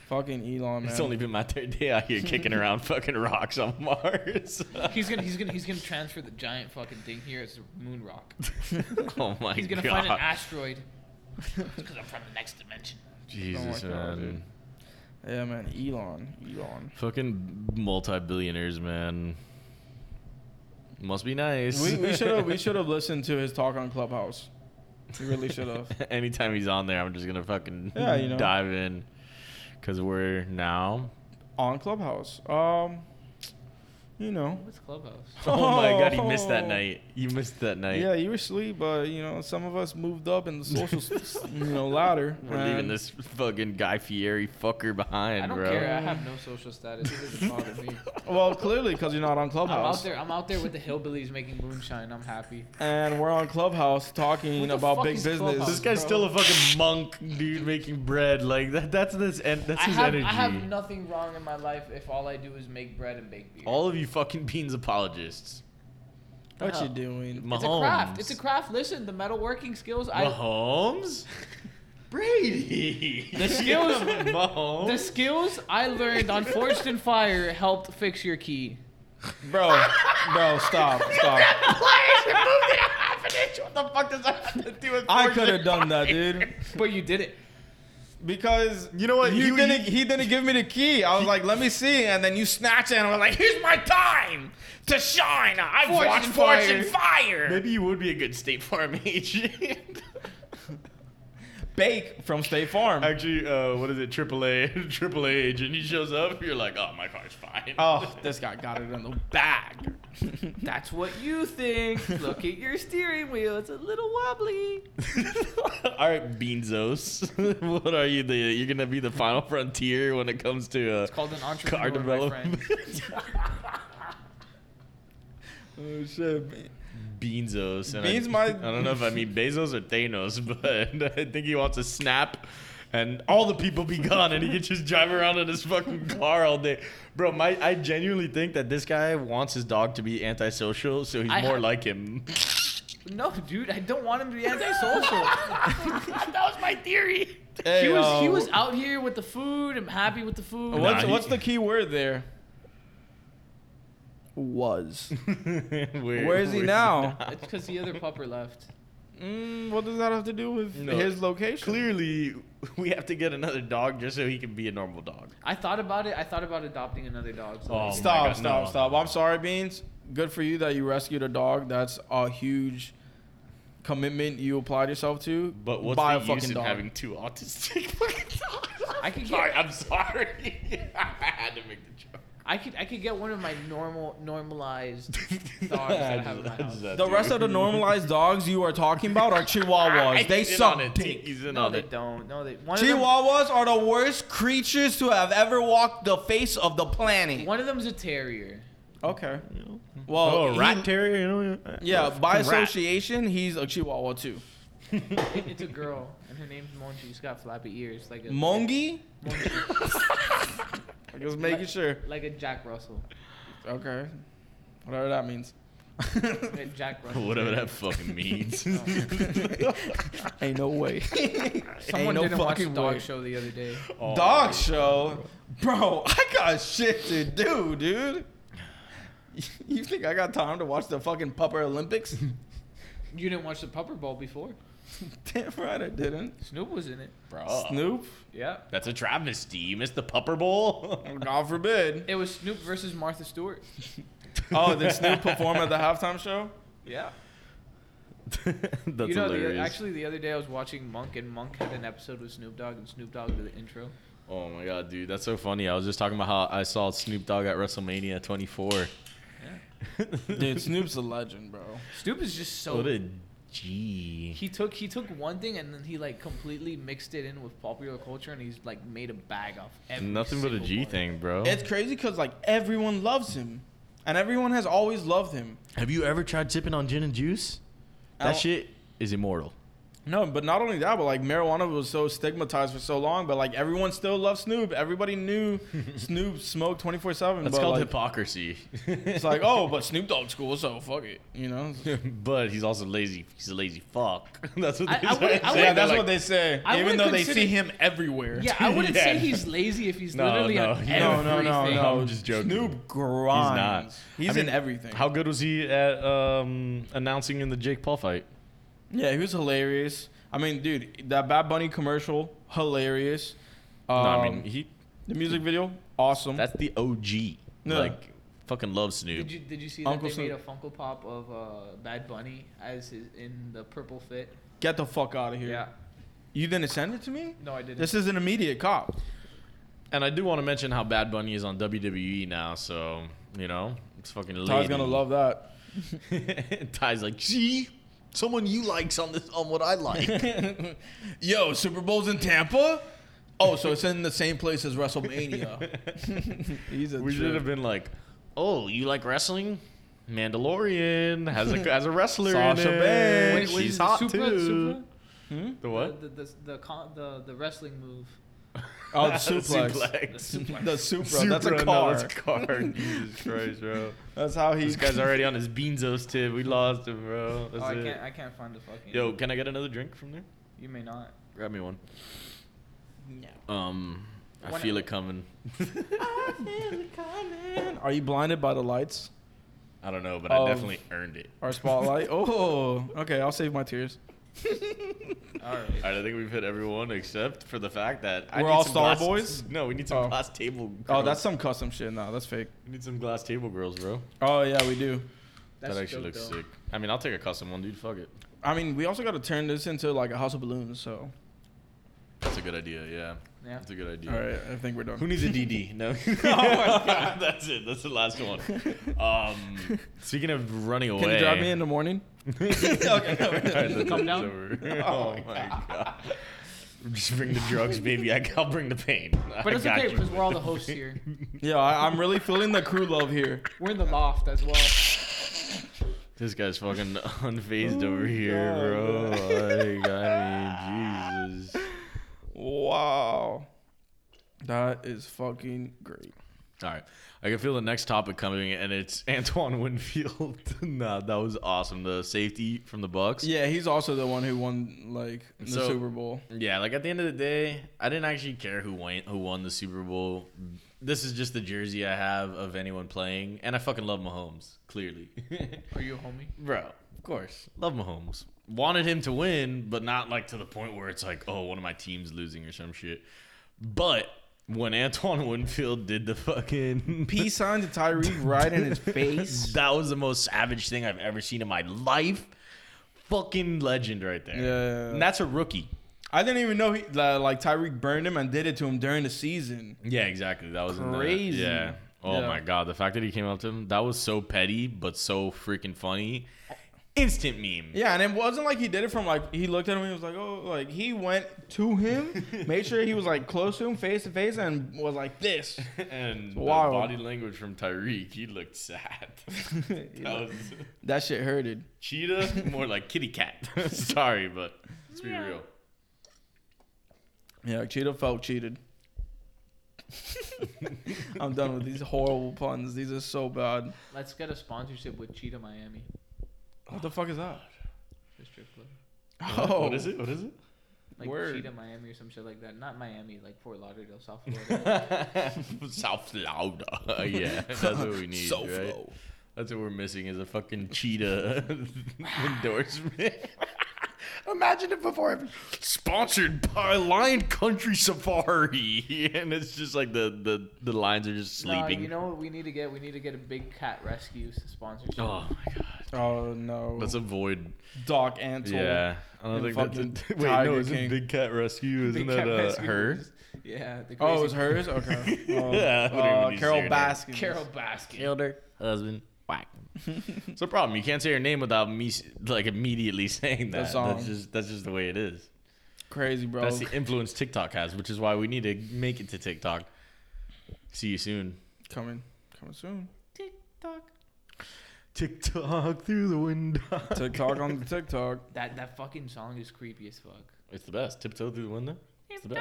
fucking Elon, man. It's only been my third day out here kicking around fucking rocks on Mars. He's gonna he's gonna he's gonna transfer the giant fucking thing here as a moon rock. oh my He's gonna god. find an asteroid. Because I'm from the next dimension. Jesus, Oh my God, man. dude. yeah, man. Elon, Elon. Fucking multi-billionaires, man. Must be nice. We we should have we should have listened to his talk on Clubhouse. We really should have. Anytime he's on there, I'm just gonna fucking Yeah, you know. dive in, cause we're now. on Clubhouse. Um, you know. What's Clubhouse? Oh, my god, he missed that Oh. night. You missed that night. Yeah, you were asleep, but you know some of us moved up in the social, s- you know, ladder. We're leaving and- this fucking Guy Fieri fucker behind, I don't bro. care. I have no social status. It doesn't bother me. Well, clearly because you're not on I'm Clubhouse. out there. I'm out there with the hillbillies making moonshine. I'm happy. and we're on Clubhouse talking What the about fuck big is This business. Clubhouse? guy's Bro. still a fucking monk, dude, making bread. Like that. That's this. En- that's I his have, energy. I have nothing wrong in my life if all I do is make bread and bake beer. All of you fucking beans apologists. What Oh. you doing? Mahomes. it's a craft. It's a craft. Listen, the metalworking skills. I Mahomes. Brady. The skills- Mahomes. the skills I learned on Forged in Fire helped fix your key. Bro, bro, stop, stop. what the fuck does that have to do with? I could have done that, dude. But you did it. Because You know what? you, You- didn't. you- he didn't give me the key. I was like, let me see, and then you snatch it, and I was like, here's my time to shine. I've Fortune watched Fire. Fortune Fire. Maybe you would be a good State Farm agent. Bake from State Farm. Actually, uh, what is it? AAA, AAA agent. He shows up. You're like, oh, my car's fine. Oh, this guy got it in the bag. That's what you think. Look at your steering wheel. It's a little wobbly. All right, Beanzos. what are you? The you're gonna be the final frontier when it comes to uh, It's called an entrepreneur. car My development. friend. oh shit. Beanzos. And Beans I, might- I don't know if I mean Bezos or Thanos, but I think he wants a snap. And all the people be gone, and he can just drive around in his fucking car all day, bro. My, I genuinely think that this guy wants his dog to be antisocial, so he's I more ha- like him. No, dude, I don't want him to be antisocial. that was my theory. Hey, he was he uh, was out here with the food. I'm happy with the food. um, What? What's, Nah, he- what's the key word there? Was. Where, Where is he now? It's because the other pupper left. Mm, what does that have to do with No. his location? Clearly, we have to get another dog just so he can be a normal dog. I thought about it. I thought about adopting another dog. So Oh. like, my stop, God, stop, no. stop. I'm sorry, Beans. Good for you that you rescued a dog. That's a huge commitment you applied yourself to. But what's Buy the a use fucking in dog. having two autistic fucking dogs? I could sorry, get- I'm sorry. I had to make the joke. I could I could get one of my normal normalized dogs that I I have in my just- I house. just had the to. rest of the normalized dogs you are talking about I- are Chihuahuas. They he's in suck on it. dick. He's in No, on they it. don't. No, they. One of them, Chihuahuas are the worst creatures to have ever walked the face of the planet. one of them's a terrier. Okay. Well, he- terrier, Oh, you know? yeah, by Rat. association, he's a Chihuahua too. It- it's a girl, and her name's Monchi. She's got flappy ears, like a Mongi? Monchi, I was making sure. like a Jack Russell. Okay. Whatever that means. A Jack Russell. Whatever that fucking means. Ain't no way. Someone Ain't no didn't watch the fucking dog way. show the other day. Oh, Dog show? Bro, I got shit to do, dude. You think I got time to watch the fucking Pupper Olympics? You didn't watch the Pupper Bowl before. Damn right I didn't. Snoop was in it. Bro. Snoop? Yeah. That's a travesty. You missed the Pupper Bowl. God forbid. It was Snoop versus Martha Stewart. Oh, did Snoop perform at the halftime show? Yeah. That's you know, hilarious. The, actually, the other day I was watching Monk, and Monk had an episode with Snoop Dogg, and Snoop Dogg did the intro. oh my god, dude, that's so funny. I was just talking about how I saw Snoop Dogg at WrestleMania 24. Dude, Snoop's a legend, bro. Snoop is just What so. a G. Oh. He took he took one thing and then he like completely mixed it in with popular culture, and he's like made a bag off every Nothing but a single G one. thing, bro. It's crazy because, like, everyone loves him. And everyone has always loved him. Have you ever tried sipping on gin and juice? I That don't- shit is immortal. No, but not only that, but like marijuana was so stigmatized for so long, but like everyone still loved Snoop. Everybody knew Snoop smoked 24 7. That's But called like, hypocrisy. it's like, oh, but Snoop Dogg's cool, so fuck it. You know? but he's also lazy. He's a lazy fuck. That's what I- they I say. wouldn't- I yeah, wouldn't- that's what they say. I even wouldn't though they consider- see him everywhere. Yeah, I wouldn't Yeah. say he's lazy if he's No, literally no, on no, No, no, no, everything. no. I'm just joking. Snoop He's grinds. not. He's, I mean, in everything. How good was he at um, announcing in the Jake Paul fight? yeah, he was hilarious. I mean, dude, that Bad Bunny commercial, hilarious. Um, no, I mean he. the music video, awesome. That's the OG. No. Like, fucking love Snoop. Did you did you see that Uncle they made a Snoop. Funko Pop of uh, Bad Bunny as his in the purple fit? Get the fuck out of here. Yeah. You didn't send it to me? No, I didn't. This is an immediate cop. and I do want to mention how Bad Bunny is on WWE now. So you know, it's fucking. Ty's lady. gonna love that. Ty's like, see, someone you likes on this on what I like. Yo, Super Bowl's in Tampa? Oh, so it's in the same place as WrestleMania. He's a we should have been like, oh, you like wrestling? Mandalorian has a has a wrestler Sasha in it. Banks. Wait, wait, She's the hot Supra- too. Supra? The what? The the, the, the, con- the the wrestling move. Oh, the suplex. Suplex. The Supra. That's a Supra, no, car. that's a car. Jesus Christ, bro. that's how he's. This guy's already on his Beanzos tip. We lost him, bro. That's Oh, I it. can't I can't find the fucking. Yo, can I get another drink from there? You may not. Grab me one. No. Um, I One- feel it coming. Are you blinded by the lights? I don't know, but Oh. I definitely earned it. Or spotlight? oh, okay. I'll save my tears. All right. All right, I think we've hit everyone except for the fact that I We're need all some Star glass- Boys? No, we need some Oh. glass table. Oh, girls. that's some custom shit. No, that's fake. we need some glass table girls, bro. Oh yeah, we do. That's that actually dope, looks though. sick. I mean, I'll take a custom one, dude. Fuck it. I mean, we also got to turn this into like a house of balloons. So, That's a good idea. Yeah, Yeah. Oh, that's a good idea. all right, I think we're done. Who needs a DD? No. God. That's it. That's the last one. Oh, Um, speaking of running away. Can you drive me in the morning? okay. Come down? Oh, my god. Just bring the drugs, baby. I- I'll bring the pain. But it's I got okay you. because we're all the hosts here. Yeah, I, I'm really feeling the crew love here. We're in the loft as well. This guy's fucking unfazed over Oh God, here, bro. Like, I mean, Jesus. Wow. That is fucking great. All right. I can feel the next topic coming, and it's Antoine Winfield. nah, that was awesome. The safety from the Bucks. Yeah, he's also the one who won like the So- Super Bowl. Yeah, like at the end of the day, I didn't actually care who won who won the Super Bowl. this is just the jersey I have of anyone playing, and I fucking love Mahomes. Clearly, Are you a homie? bro. Of course, love Mahomes. Wanted him to win, but not like to the point where it's like, oh, one of my team's losing or some shit. But when Antoine Winfield did the fucking Peace sign to Tyreek right in his face. that was the most savage thing I've ever seen in my life. Fucking legend right there. Yeah. And that's a rookie. I didn't even know he la- like Tyreek burned him and did it to him during the season. Yeah, exactly. That was in the- Crazy. yeah. Oh Yeah. my god, the fact that he came up to him, that was so petty but so freaking funny. Instant meme. Yeah, and it wasn't like he did it from like he looked at him and he was like, oh, like he went to him, made sure he was like close to him, face to face, and was like this. And the wild. body language from Tyreek, he looked sad. that was That shit hurted. cheetah, more like kitty cat. Sorry, but let's be real. Yeah, Cheetah felt cheated. I'm done with these horrible puns. These are so bad. Let's get a sponsorship with Cheetah Miami. What the fuck is that? The strip club. Oh, What is it? What is it? Like Word. Cheetah Miami or some shit like that. Not Miami, like Fort Lauderdale, South Florida. South Florida. yeah, that's what we need. so right? flow. That's what we're missing is a fucking cheetah endorsement. Imagine it before every- sponsored by Lion Country Safari, and it's just like the the, the lions are just No, sleeping. you know what we need to get? We need to get a big cat rescue s- sponsorship. oh my god, Oh no. let's avoid. Doc Antle. Yeah, I don't And think that's a, fucking wait. Tiger no, it's a King. big cat rescue. Isn't Big that cat uh, rescue her? is- Yeah. The Oh, it crazy- was hers. Okay. Oh, Yeah, I don't even uh, need to say Carol her name. Baskin. Carol Baskin. Elder husband. Whack. it's a problem. You can't say her name without me s- like immediately saying The that. song. That's just that's just the way it is. Crazy, bro. That's the influence TikTok has, which is why we need to make it to TikTok. See you soon. coming, coming soon. TikTok. TikTok through the window. TikTok on the TikTok. That that fucking song is creepy as fuck. It's the best. Tiptoe through the window. It's the best.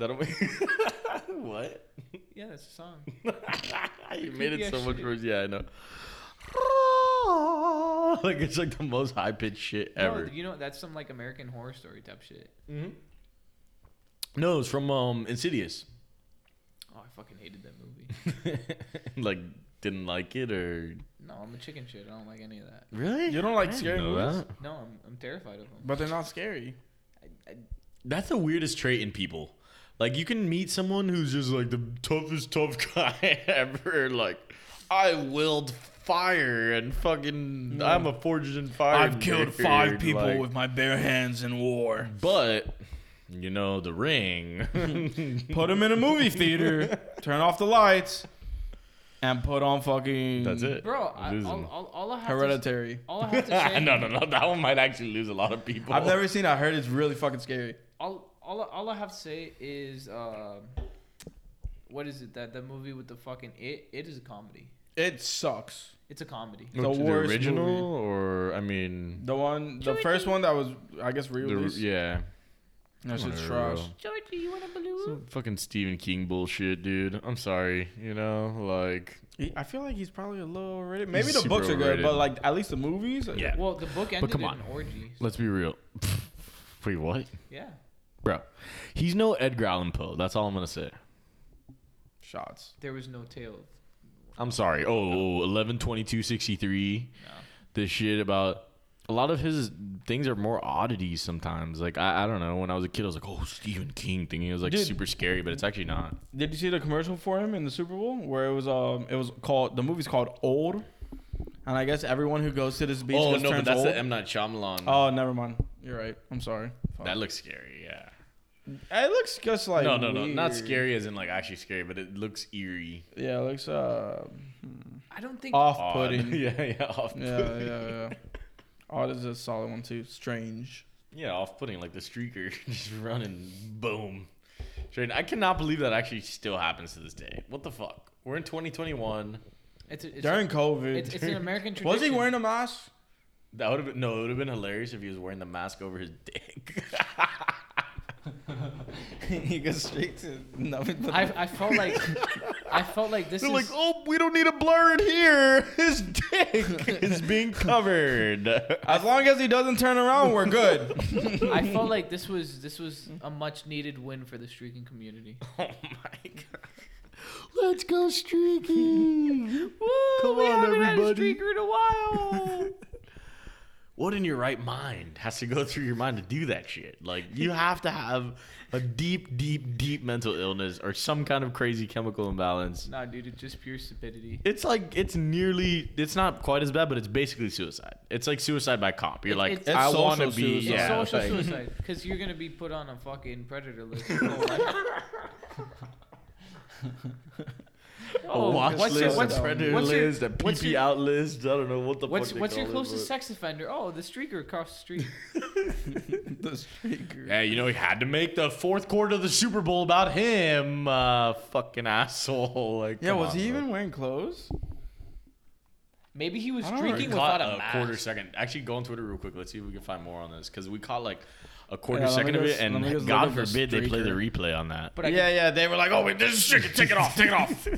That'll be what? Yeah, that's a song. you made creepy it as so much shit. worse. Yeah, I know. Like it's like the most high pitched shit ever. No, you know that's some like American horror story type shit. No, it's from um Insidious. Oh, I fucking hated that movie. like didn't like it or No, I'm a chicken shit. I don't like any of that. really? You don't like scary movies? No, I'm, I'm terrified of them. But they're not scary. I, I, That's the weirdest trait in people. Like you can meet someone who's just like the toughest tough guy ever. Like I willed fire and fucking I'm a forged in fire. nerd, like- my bare hands in war. but you know the ring. Put them in a movie theater. turn off the lights. And put on fucking. That's it. bro, I, all, Losing. all, all I have to Hereditary. all I have to say no, no, no. That one might actually lose a lot of people. I've never seen. it. I heard it's really fucking scary. all, all all I have to say is um, what is it that the movie with the fucking it it is a comedy. It sucks. It's a comedy. the worst original movie. or I mean The one, the first one that was, I guess, The, re-released. yeah. That shit's Whatever, trash. bro. Georgie, you want a balloon? Some fucking Stephen King bullshit, dude. I'm sorry. You know, like He- I feel like he's probably a little overrated. Maybe the super books are good, overrated. but like at least the movies. Yeah. Well, the book ended come in on. an orgy. so- let's be real. Wait, what? Yeah. Bro. He's no Edgar Allan Poe. That's all I'm gonna say. Shots. There was no tail. I'm sorry. Oh, 11 22 63. No. This shit about a lot of his things are more oddities sometimes. Like I, I don't know. When I was a kid, I was like, "Oh, Stephen King," thinking it was like Dude. super scary, but it's actually not. Did you see the commercial for him in the Super Bowl where it was um it was called the movie's called Old, and I guess everyone who goes to this beach oh just no, but turns that's old. the M Night Shyamalan. oh, never mind. You're right. I'm sorry. Fuck. that looks scary. Yeah. it looks just like no, no, no, not weird. scary as in like actually scary, but it looks eerie. Yeah, it looks uh I don't think. Odd. off-putting. yeah, yeah, yeah, off. yeah, yeah. Odd is a solid one too. Strange. Yeah, off putting like the streaker just running, boom. Straight. I cannot believe that actually still happens to this day. What the fuck? We're in 2021. It's, a, it's, During a, COVID, it's, it's an American tradition. was he wearing a mask? That would have been no. It would have been hilarious if he was wearing the mask over his dick. he goes straight to nothing. But I, I felt like I felt like this They're is like, oh, we don't need a blur in here. His dick is being covered. as long as he doesn't turn around, we're good. I felt like this was this was a much needed win for the streaking community. Oh my god. Let's go streaking. Come we on, haven't had a everybody. streaker in a while. what in your right mind has to go through your mind to do that shit? Like you have to have a deep, deep, deep mental illness or some kind of crazy chemical imbalance. nah, dude, it's just pure stupidity. It's like it's nearly it's not quite as bad, but it's basically suicide. It's like suicide by cop. You're It- like, it's- I It's want to social be suicide. yeah, it's social like- suicide because you're gonna be put on a fucking predator list. oh, a watch Oh, what's list, your, a what's, predator what's your- list, a what's PP your- out list. I don't know what the what's, fuck. they what's your call it, closest but- sex offender? Oh, the streaker across the street. the streaker. Yeah, you know he had to make the fourth quarter of the Super Bowl about him, uh, fucking asshole. Like, Yeah, come was on, he bro. even wearing clothes? Maybe he was I don't know. We drinking caught without a, a mask. quarter second. Actually, go on Twitter real quick. Let's see if we can find more on this because we caught like a quarter Yeah, let me second of go- it, let me go and look God up the forbid they play the streaker. replay on that. But I Yeah, yeah. They were like, oh wait, this is chicken. Take it off. Take it off.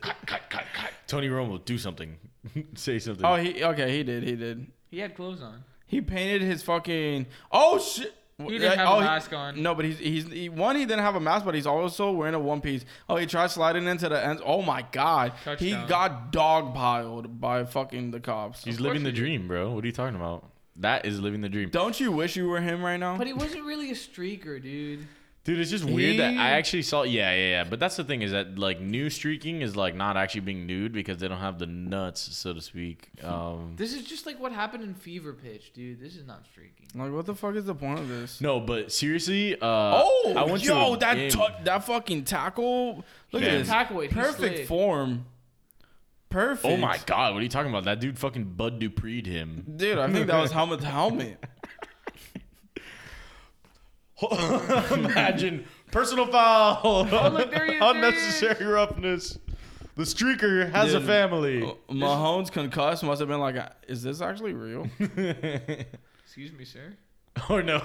cut, cut, cut, cut. Tony Romo, do something. Say something. oh, he okay. He did. He did. he had clothes on. He painted his fucking. Oh shit. oh, He didn't have a mask on. No, but he's he's he, one. He didn't have a mask, but he's also wearing a one piece. Oh, he tried sliding into the end. Oh my god, he Touchdown. got dogpiled by fucking the cops. He's of course living the he did. dream, bro. What are you talking about? That is living the dream. Don't you wish you were him right now? But he wasn't really a streaker, dude. Dude, it's just weird that He- I actually saw. Yeah, yeah, yeah. But that's the thing is that like new streaking is like not actually being nude because they don't have the nuts, so to speak. Um, This is just like what happened in Fever Pitch, dude. This is not streaking. like, what the fuck is the point of this? no, but seriously, uh, Oh, I went yo, to a that game- tou- that fucking tackle. Look Yeah. at this Tackle it, he perfect slid. form. Perfect. Oh my god, what are you talking about? That dude fucking Bud Dupree'd him. dude! I think that was helmet to helmet. Imagine personal foul, look, there he is, there he unnecessary roughness. The streaker has a Dude. family. Mahomes concussed must have been like, is this actually real? Excuse me, sir. or no,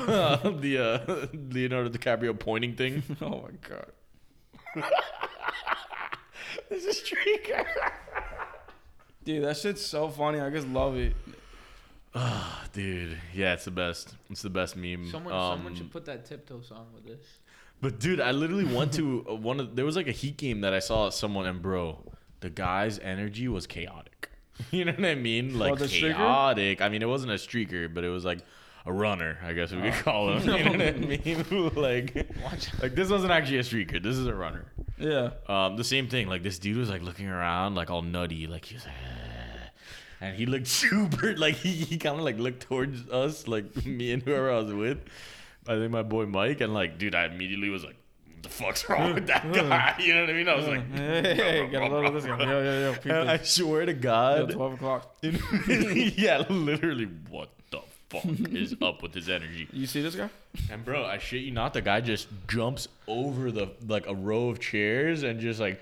the uh, Leonardo DiCaprio pointing thing. oh my god. this is streaker. Dude, that shit's so funny. I just love it. Dude, yeah, it's the best. It's the best meme. Someone, Um, someone should put that tiptoe song with this. But dude, I literally went to uh, one of there was like a heat game that I saw at someone and bro, the guy's energy was chaotic. You know what I mean? Like the streaker? chaotic. I mean, it wasn't a streaker, but it was like a runner, I guess we could call him. You know what I mean? like, Oh. Watch. like this wasn't actually a streaker. This is a runner. Yeah. Um, the same thing. Like this dude was like looking around, like all nutty, like he was like, "Ugh." and he looked super. Like he, he kind of like looked towards us, like me and whoever I was with. I think my boy Mike and like, dude, I immediately was like, what the fuck's wrong with that guy? You know what I mean? I was like, Hey, get a load of this guy. Yo, yo, yo. peep and I this. swear to Yo, God, 12 o'clock. yeah, literally, what the fuck is up with his energy? You see this guy? And bro, I shit you not, the guy just jumps over the like a row of chairs and just like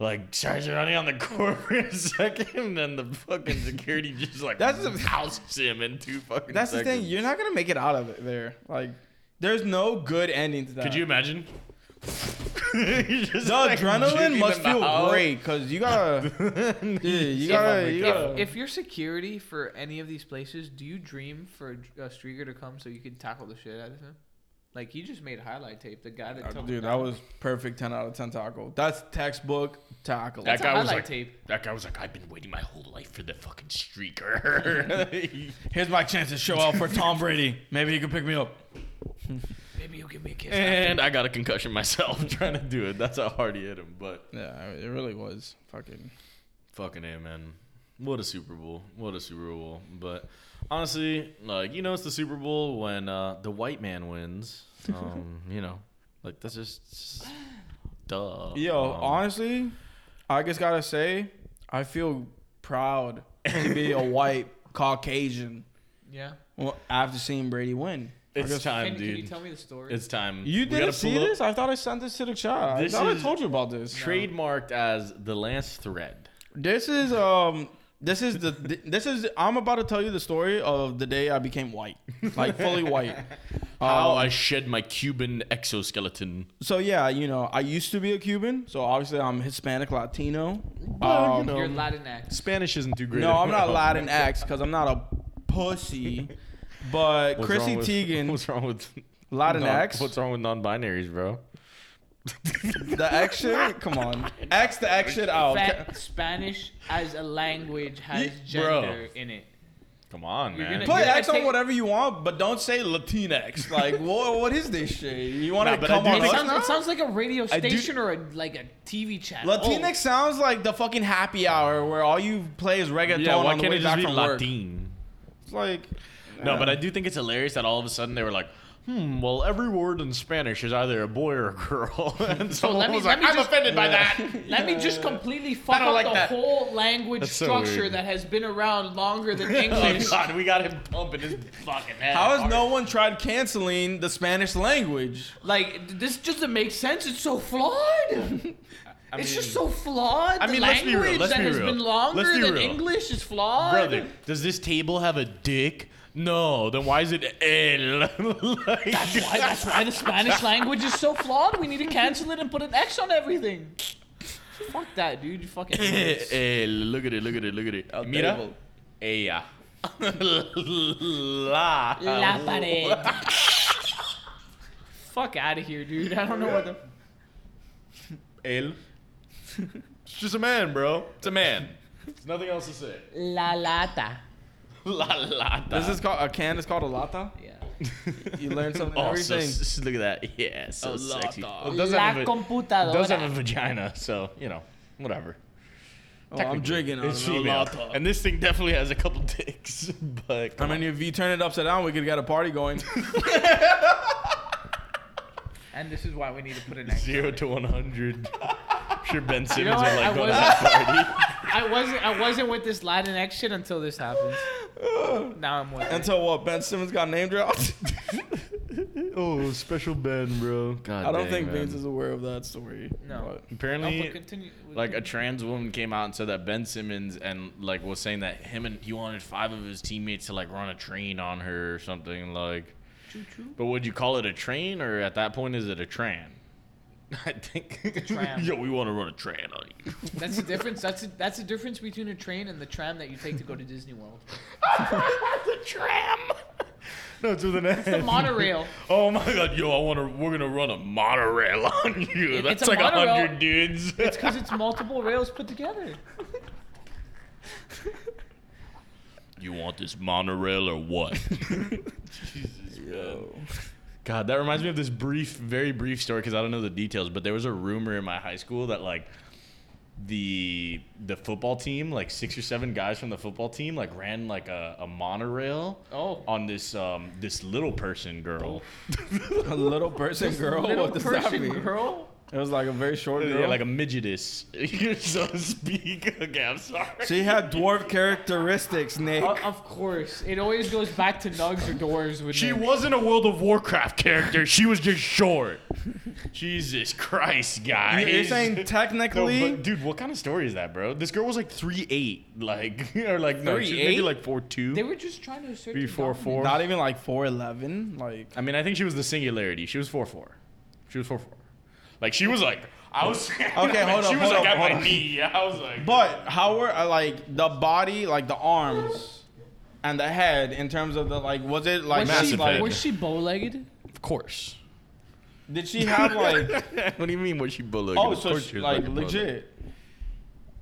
like starts running on the court for a second, and the fucking security just like That's the- houses him in two fucking. That's the thing. seconds. You're not going to make it out of it there. Like, there's no good ending to that. Could you imagine? Just, The like, adrenaline juking must them feel out. great because you gotta, dude, you my gotta, you God. gotta. If you're security for any of these places, do you dream for a, a streaker to come so you can tackle the shit out of him? Like he just made highlight tape. The guy Uh, that Oh, took dude, that was perfect. Ten out of ten tackle. That's textbook tackle. That That's a guy was highlight like, tape. that guy was like, I've been waiting my whole life for the fucking streaker. Here's my chance to show out for Tom Brady. Maybe he can pick me up. maybe you give me a kiss. and I got a concussion myself trying to do it. That's how hard he hit him, but. Yeah, it really was fucking. Fucking A, man. What a Super Bowl. What a Super Bowl. But honestly, like, you know, it's the Super Bowl when uh, the white man wins. Um, you know, like, that's just, it's just duh. Yo, Um, honestly, I just gotta say, I feel proud to be a white Caucasian yeah. well, after seeing Brady win. I It's guess- time, Can, can dude. you tell me the story? it's time. you We gotta didn't see pull up- this? I thought I sent this to the chat. This I thought is- I told you about this. Trademarked as the last thread. This is um. This is the this is I'm about to tell you the story of the day I became white, Um, like fully white. how I shed my Cuban exoskeleton. So yeah, you know, I used to be a Cuban, so obviously I'm Hispanic Latino. Well, Oh, you Um, know. You're Latinx. Spanish isn't too great. No, I'm not anyway. Latinx because I'm not a pussy. But What's Chrissy wrong with- Teigen, What's wrong with Latinx. non- What's wrong with non-binaries, bro? the X shit, come on, X the X shit Oh, out. Fa- Spanish as a language has Bro. gender in it. Come on, You're man. gonna- Put You're X on take- whatever you want, but don't say Latinx. Like, what, what is this shit? You want Nah, to but I come do on? think- It us sounds, now? it sounds like a radio I do- station or a, like a TV channel. Oh. Latinx sounds like the fucking happy hour where all you play is reggaeton yeah, why on the can't way it just back be from work. Latin? It's like, No, but I do think it's hilarious that all of a sudden they were like, hmm, well, every word in Spanish is either a boy or a girl. and so let me- was let like, me I'm just- offended by that. Oh. Let me just completely fuck don't up like the that. whole language That's so structure weird. that has been around longer than oh, English. God, we got him pumping his fucking head. how has hard. no one tried canceling the Spanish language? like this doesn't make sense. It's so flawed. I it's just mean- so flawed. I The mean, let's be language real, let's that be has real. been Let's longer be than real. English is flawed. Brother, does this table have a dick? No. Then why is it L? Like- Why, that's why the Spanish language is so flawed. We need to cancel it and put an X on everything. Fuck that, dude. You fucking. idiots. L. Look at it, look at it, look at it. Mira. table. Ella. La. La pared. Fuck out of here, dude. I don't know what the. El. It's just a man, bro. It's a man. There's nothing else to say. La lata. La lata. This is called a can is called a lata. Yeah. You learn something oh, every so, day. s- look at that. Yeah, so A sexy. lata. It does La have a, va- computadora. does have a vagina, so you know, whatever. Oh, I'm drinking on It's a female, lata. and this thing definitely has a couple dicks. But I mean, if you turn it upside down, we could get a party going. and this is why we need to put an on. X. zero to one hundred. sure, Ben Simmons would know what? I like go to was- that party. I wasn't. I wasn't with this Latinx shit until this happens. Now I'm with. it. Until what? Ben Simmons got name dropped. oh, special Ben, bro. God, I don't dang, think man. Beans is aware of that story. No. Oh, Apparently, but continue. like a trans woman came out and said that Ben Simmons and like was saying that him and he wanted five of his teammates to like run a train on her or something like. But would you call it a train or at that point is it a tran? I think. tram. Yo, we want to run a tran on you. That's the difference. That's a, that's the difference between a train and the tram that you take to go to Disney World. the tram. No, it's with an It's The monorail. Oh my god, yo, I want to. We're gonna run a monorail on you. It- it's That's a like a monorail. hundred dudes. It's because it's multiple rails put together. You want this monorail or what? Jesus, man. God, that reminds me of this brief, very brief story because I don't know the details, but there was a rumor in my high school that like the the football team, like six or seven guys from the football team, like ran like a, a monorail Oh. on this um this little person girl. A little person girl. Little what does person that mean? girl. It was like a very short girl. Yeah, like a midgetess, so to speak. Okay, I'm sorry. she had dwarf characteristics, Nick. Oh, O- Uh, of course, it always goes back to nugs or doors with She Nick. wasn't a World of Warcraft character. She was just short. Jesus Christ, guys. You're- You're saying No, technically but dude, what kind of story is that, bro? This girl was like three eight, like or like no, she was maybe 3'8"? like four two. They were just trying to assert. Three, their four, dominance. four. not even e- like 4'11. Like, I mean, I think she was the singularity. She was four four. She was four four. Like she was like I was. Okay, hold She up, was hold like up, at hold my up. knee. I was like. but how were uh, like the body, like the arms and the head in terms of the like, was it like, Was she, Massive like head. was she bow-legged? of course. did she have like, what do you mean? Was she bullied? oh, so she, like legit?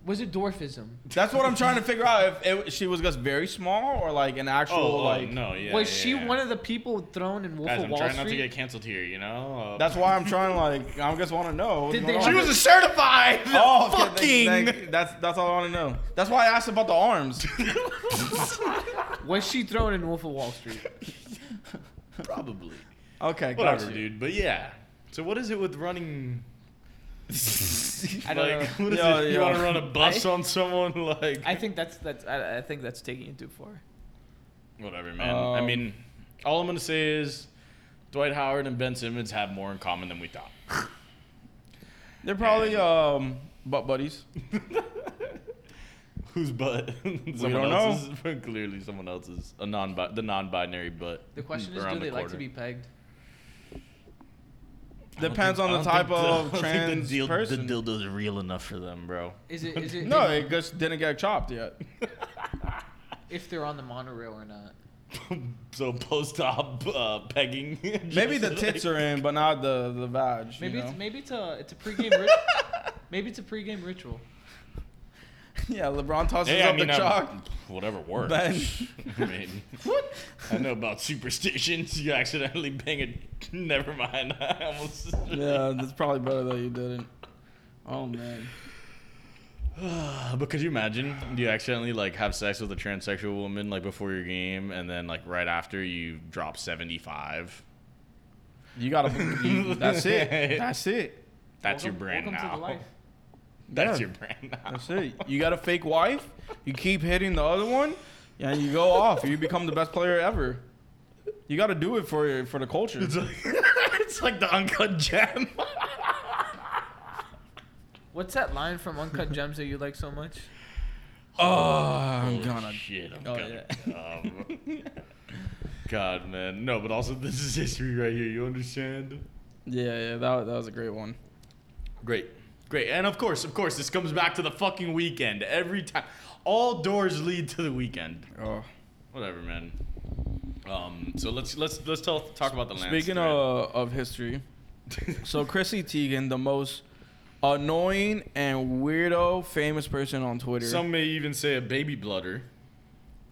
Was it dwarfism? That's what I'm trying to figure out if it, she was just very small or like an actual Oh, oh, like. no, yeah. was yeah, she yeah. one of the people thrown in Wolf Guys, of I'm Wall trying Street? not to get canceled here. You know. Uh, That's why I'm trying like I just want to know. Did You they- know, She like- was a certified Oh, okay, fucking. thank- thank- that's that's all I want to know. That's why I asked about the arms. Was she thrown in Wolf of Wall Street? Probably. Okay, Whatever, gotcha. dude. But yeah. So what is it with running? I don't like, know. What is Yo, it? You yo. want to run a bus I- on someone? Like I think that's that's I, I think that's taking it too far. whatever, man. I Um, mean, all I'm gonna say is Dwight Howard and Ben Simmons have more in common than we thought. They're probably um butt buddies. Whose butt? someone don't else's, know. Clearly, someone else's a non the non-binary butt. The question is, around do they like to quarter. be pegged? Depends on the type of trans the, person. The dildo's real enough for them, bro. Is it? Is it? no, if, it just didn't get chopped yet. if they're on the monorail or not. so post op uh, pegging. Maybe the tits are in, but not the the vag. Maybe you it's know? maybe it's a it's a pregame ritual. maybe it's a pregame ritual. yeah. LeBron tosses Hey, up I mean, the I'm- chalk. whatever works. Ben. I mean, I know about superstitions. You accidentally bang a. Never mind. I almost. yeah, that's probably better that you didn't. Oh man. But could you imagine you accidentally like have sex with a transsexual woman like before your game, and then like right after you drop seventy five? You gotta. You, that's it. That's it. That's your Welcome- brand welcome now. To the life. That's Yeah. your brand now. That's it. You got a fake wife. You keep hitting the other one, and you go off. You become the best player ever. You got to do it for for the culture. It's like, it's like the uncut gem. What's that line from Uncut Gems that you like so much? Oh, I'm Holy gonna. Shit, I'm Oh, gonna come. Um, God, man, no. But also, this is history right here. You understand? Yeah, yeah, that wa- that was a great one. Great. Great. And of course, of course, this comes back to the fucking weekend every time. All doors lead to the weekend. Oh. Whatever, man. Um, so let's let's let's tell, talk about the Lance Speaking thread. of, of history, so Chrissy Teigen, the most annoying and weirdo famous person on Twitter, some may even say a baby blooder.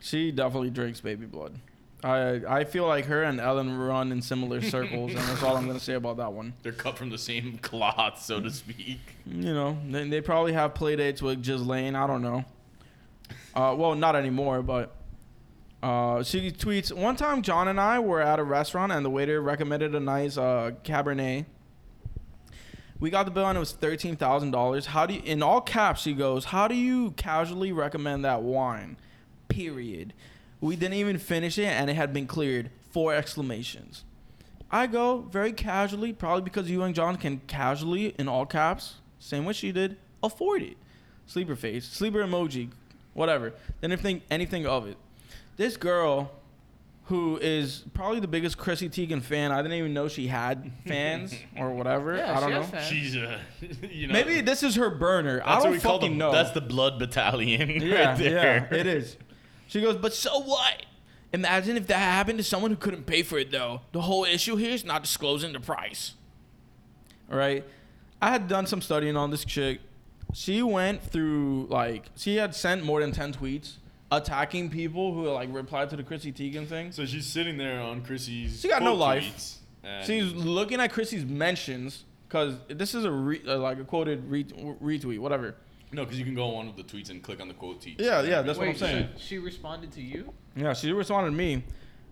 she definitely drinks baby blood. I I feel like her and Ellen run in similar circles, and that's all I'm gonna say about that one. They're cut from the same cloth, so to speak. You know, they, they probably have play dates with Ghislaine. I don't know. Uh, well, not anymore, but uh, she tweets One time, John and I were at a restaurant, and the waiter recommended a nice uh, Cabernet. We got the bill, and it was $13,000. How do you, in all caps, she goes, How do you casually recommend that wine? Period. We didn't even finish it, and it had been cleared. Four exclamations. I go very casually, probably because you and John can casually, in all caps, same way she did, afford it. Sleeper face, sleeper emoji, whatever. Then if think anything of it. This girl, who is probably the biggest Chrissy Teigen fan, I didn't even know she had fans or whatever. Yeah, I don't she know. has fans. She's a. You know, Maybe this is her burner. I That's don't what we call fucking the, know. That's the blood battalion yeah, right there. yeah, it is. She goes, but so what? Imagine if that happened to someone who couldn't pay for it, though. The whole issue here is not disclosing the price. All right. I had done some studying on this chick. She went through, like, she had sent more than 10 tweets attacking people who, like, replied to the Chrissy Teigen thing. So she's sitting there on Chrissy's. She got no quote life. tweets, and- She's looking at Chrissy's mentions because this is a, re- uh, like, a quoted re- retweet, whatever. no, because you can go on with the tweets and click on the quote tweets. Yeah, yeah, that's what I'm Wait, saying. she, she responded to you. Yeah, she responded to me,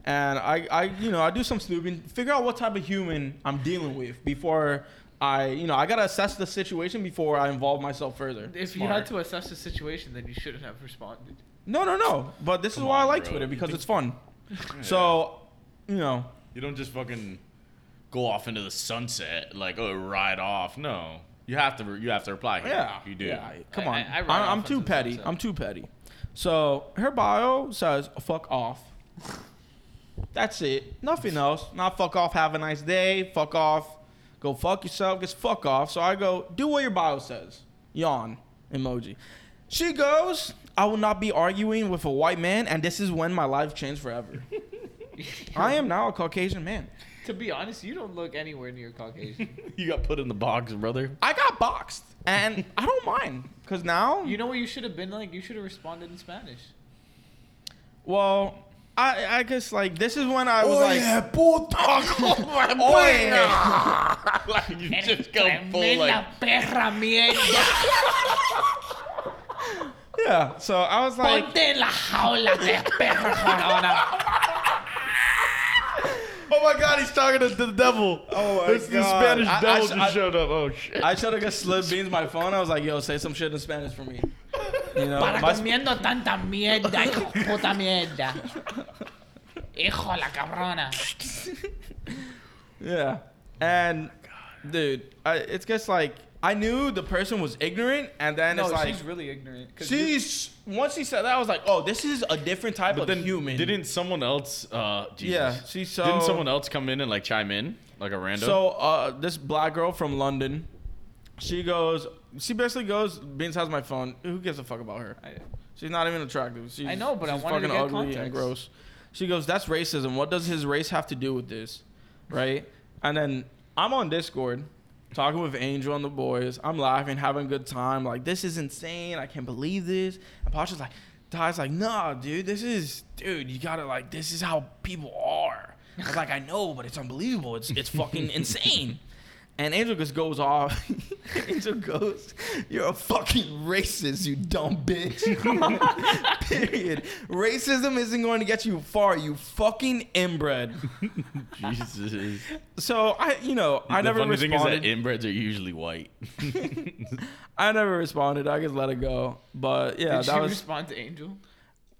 and I, I, you know, I do some snooping, figure out what type of human I'm dealing with before I, you know, I gotta assess the situation before I involve myself further. If you had to assess the situation, then you shouldn't have responded. No, no, no. But this Come is why I on, like bro. Twitter You because think- it's fun. So, you know, You don't just fucking go off into the sunset like oh ride off. No, you have to you have to reply. Here. yeah, you do. Yeah, come on, I- I- I I, ride off am too into the petty. sunset. I'm too petty. So her bio says "fuck off." That's it. Nothing else. Not fuck off. Have a nice day. Fuck off. Go fuck yourself. Just fuck off. So I go, do what your bio says. Yawn emoji. She goes, I will not be arguing with a white man, and this is when my life changed forever. I am now a Caucasian man. To be honest, you don't look anywhere near Caucasian. You got put in the box, brother. I got boxed, and I don't mind, cause now you know what you should have been like? You should have responded in Spanish. Well, I I guess like this is when I Oh, was like, oh, Oh, like you just go full like. perra mierda. yeah. So I was like, la jaula de perra Oh my God, he's talking to the devil. oh my This the Spanish I- I devil sh- just I, showed up. Oh shit. I should have just slid beans my phone. I was like, yo, say some shit in Spanish for me. You know, my sp- tanta mierda, hijo puta mierda. Hijo la cabrona. yeah. And dude, I, it's just like I knew the person was ignorant, and then No, it's like. she's really ignorant. 'cause you- She's once she said that I was like, oh, this is a different type But of then human. didn't someone else? Uh, Jesus. yeah, she's so Didn't someone else come in and like chime in? Like a random. So uh, this black girl from London, she goes. She basically goes. Beans has my phone. Who gives a fuck about her? I, She's not even attractive. She's, I know, but I she's wanted to fucking get ugly and context. gross. She goes, "That's racism. What does his race have to do with this?" Right? And then I'm on Discord talking with Angel and the boys. I'm laughing, having a good time. Like, this is insane. I can't believe this. And Pasha's like, "Ty's like, nah, dude. This is, dude. You gotta like, this is how people are." I was like, "I know, but it's unbelievable. It's it's fucking insane." And Angel just goes off. Angel goes, You're a fucking racist, you dumb bitch. Period. Racism isn't going to get you far, you fucking inbred. Jesus. So I you know, I the never funny thing is responded. that inbreds are usually white. I never responded. I just let it go. But yeah, did she that was respond to Angel?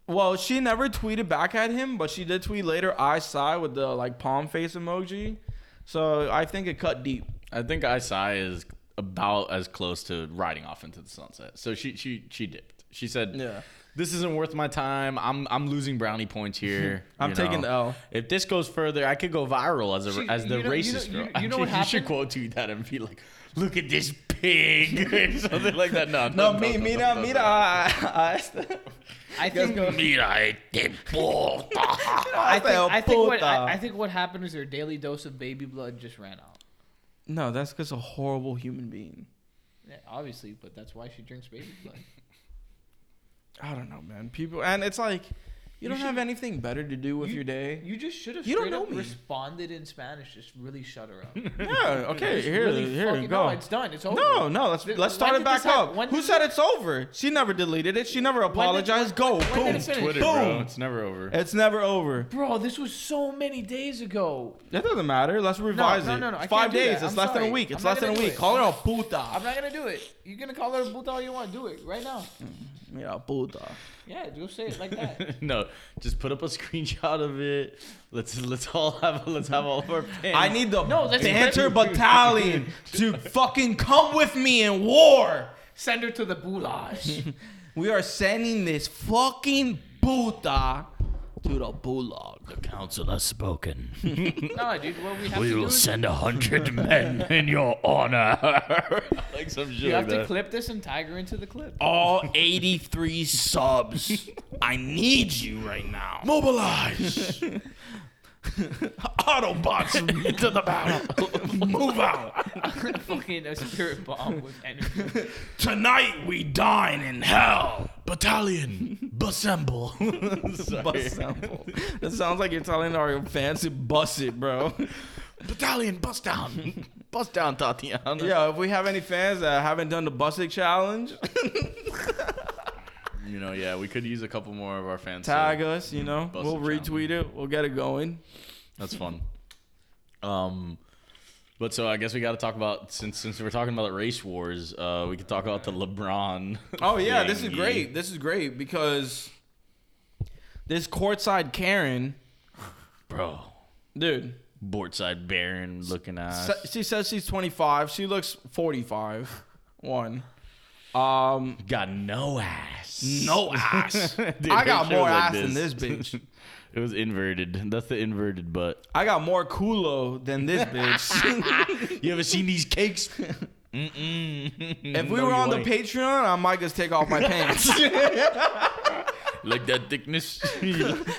well, she never tweeted back at him, but she did tweet later I sigh with the like palm face emoji. So I think it cut deep. I think Isai is about as close to riding off into the sunset. So she she she dipped. She said, Yeah. this isn't worth my time. I'm I'm losing brownie points here. I'm you taking the L. If this goes further, I could go viral as a She- as the you know- you racist know- you- girl. you know what Actually, should happened? quote tweet that and be like, "Look at this pig" or something like that. No, No, me, me, no, no, no, me, no. no. I, I, I think Mira este puta. I think, felt I think what puta. I, I think what happened is her daily dose of baby blood just ran out. No, that's because a horrible human being. Yeah, obviously, but that's why she drinks baby blood. I don't know, man. People, and it's like, you, don't have anything better to do with you- your day. You just should have You don't straight know up me. responded in Spanish. Just really shut her up. Yeah. Okay. Here, really here you fucking- go. No, it's done. It's over. No, no. Let's Th- let's when start did it back this hap- up. when Who did said this- it's over? She never deleted it. She never apologized. when- when go. did boom. it finish? Twitter, Boom. bro. It's never over. It's never over. Bro, this was so many days ago. That doesn't matter. Let's revise no, it. no, no, I It's can't Five do days. that. It's I'm less than sorry. a week. It's I'm less not than a gonna do week. it. Call her a I'm puta. not gonna do it. You're gonna call her puta all you want. Do it right now. Yeah, puta. Yeah, just say it like that. no, just put up a screenshot of it. Let's let's all have let's have all of our pins. I need the No, that's- banter battalion to fucking come with me in war. Send her to the boulage. We are sending this fucking puta to the bulldog. Council has spoken. no, dude. What we have We to do will is send a hundred men in your honor. like some shit you like have to that. clip this and tag her into the clip. All 83 subs. I need you right now. Mobilize. Autobots into the battle. Move out. fucking a spirit bomb with energy. Tonight we dine in hell. Battalion, assemble. Bus sample. That sounds like you're telling our fans to bus it, bro. Battalion, bust down. Bust down, Tatiana. Yo, if we have any fans that haven't done the bus it challenge, You know, yeah, we could use a couple more of our fans. to- tag us, you know. Bus we'll It retweet challenge. it. We'll get it going. That's fun. Um, but so I guess we got to talk about since since we're talking about race wars, uh, we could talk about the LeBron. Oh yeah, this is thing. great. This is great because this courtside Karen, bro. dude. Bortside Baron looking ass. sa- She says she's 25. She looks 45. One. Um, got no ass. No ass. Dude, I her got shit more was like ass than this bitch. It was inverted. That's the inverted butt. I got more culo than this bitch. You ever seen these cakes? if we No, were you on the ain't. Patreon, I might just take off my pants. like that thickness.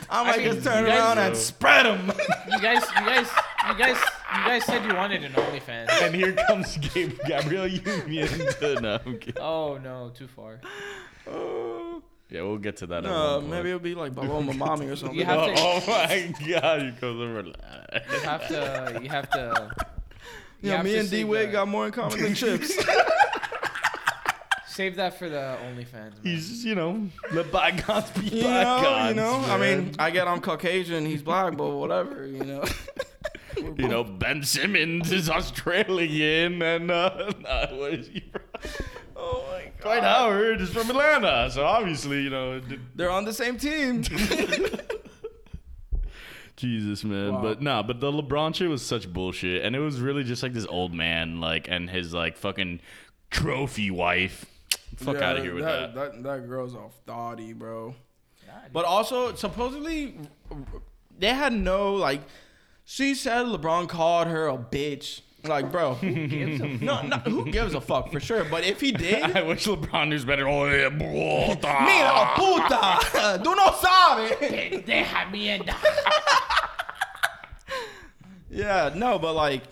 I might mean, just turn you guys- around and spread them. You guys, you guys, you guys, you guys said you wanted an OnlyFans. and here comes Gabe, Gabriel Union. To, no, I'm kidding. Oh no, too far. Yeah, we'll get to that. at no, one point. Uh, maybe it'll be like Baloma Mommy or something. You have to, Oh my god, you goes over. you have to, you have to. you yeah, have me to and D save Wig that- got more in common than chips. Save that for the OnlyFans. Man. He's, you know, let bygones be You bygones. know, you know. I man. mean, I get I'm Caucasian, he's black, but whatever, you know. you know, Ben Simmons is Australian, and uh, nah, what is he from? oh my god. Dwight Howard is from Atlanta, so obviously, you know, d- They're on the same team. Jesus, man. Wow. But nah, but the LeBron shit was such bullshit, and it was really just like this old man, like, and his like fucking trophy wife. Fuck Yeah, out of here with that. That, that, girl's off thoughty, bro. Nah, dude. But also, supposedly, they had no like. She said LeBron called her a bitch. Like, bro, who gives a no, no, who gives a fuck for sure? But if he did, I wish LeBron knew better. Oh, yeah, puta. mira oh, puta, tú no sabes. Deja mierda. Yeah, no, but like,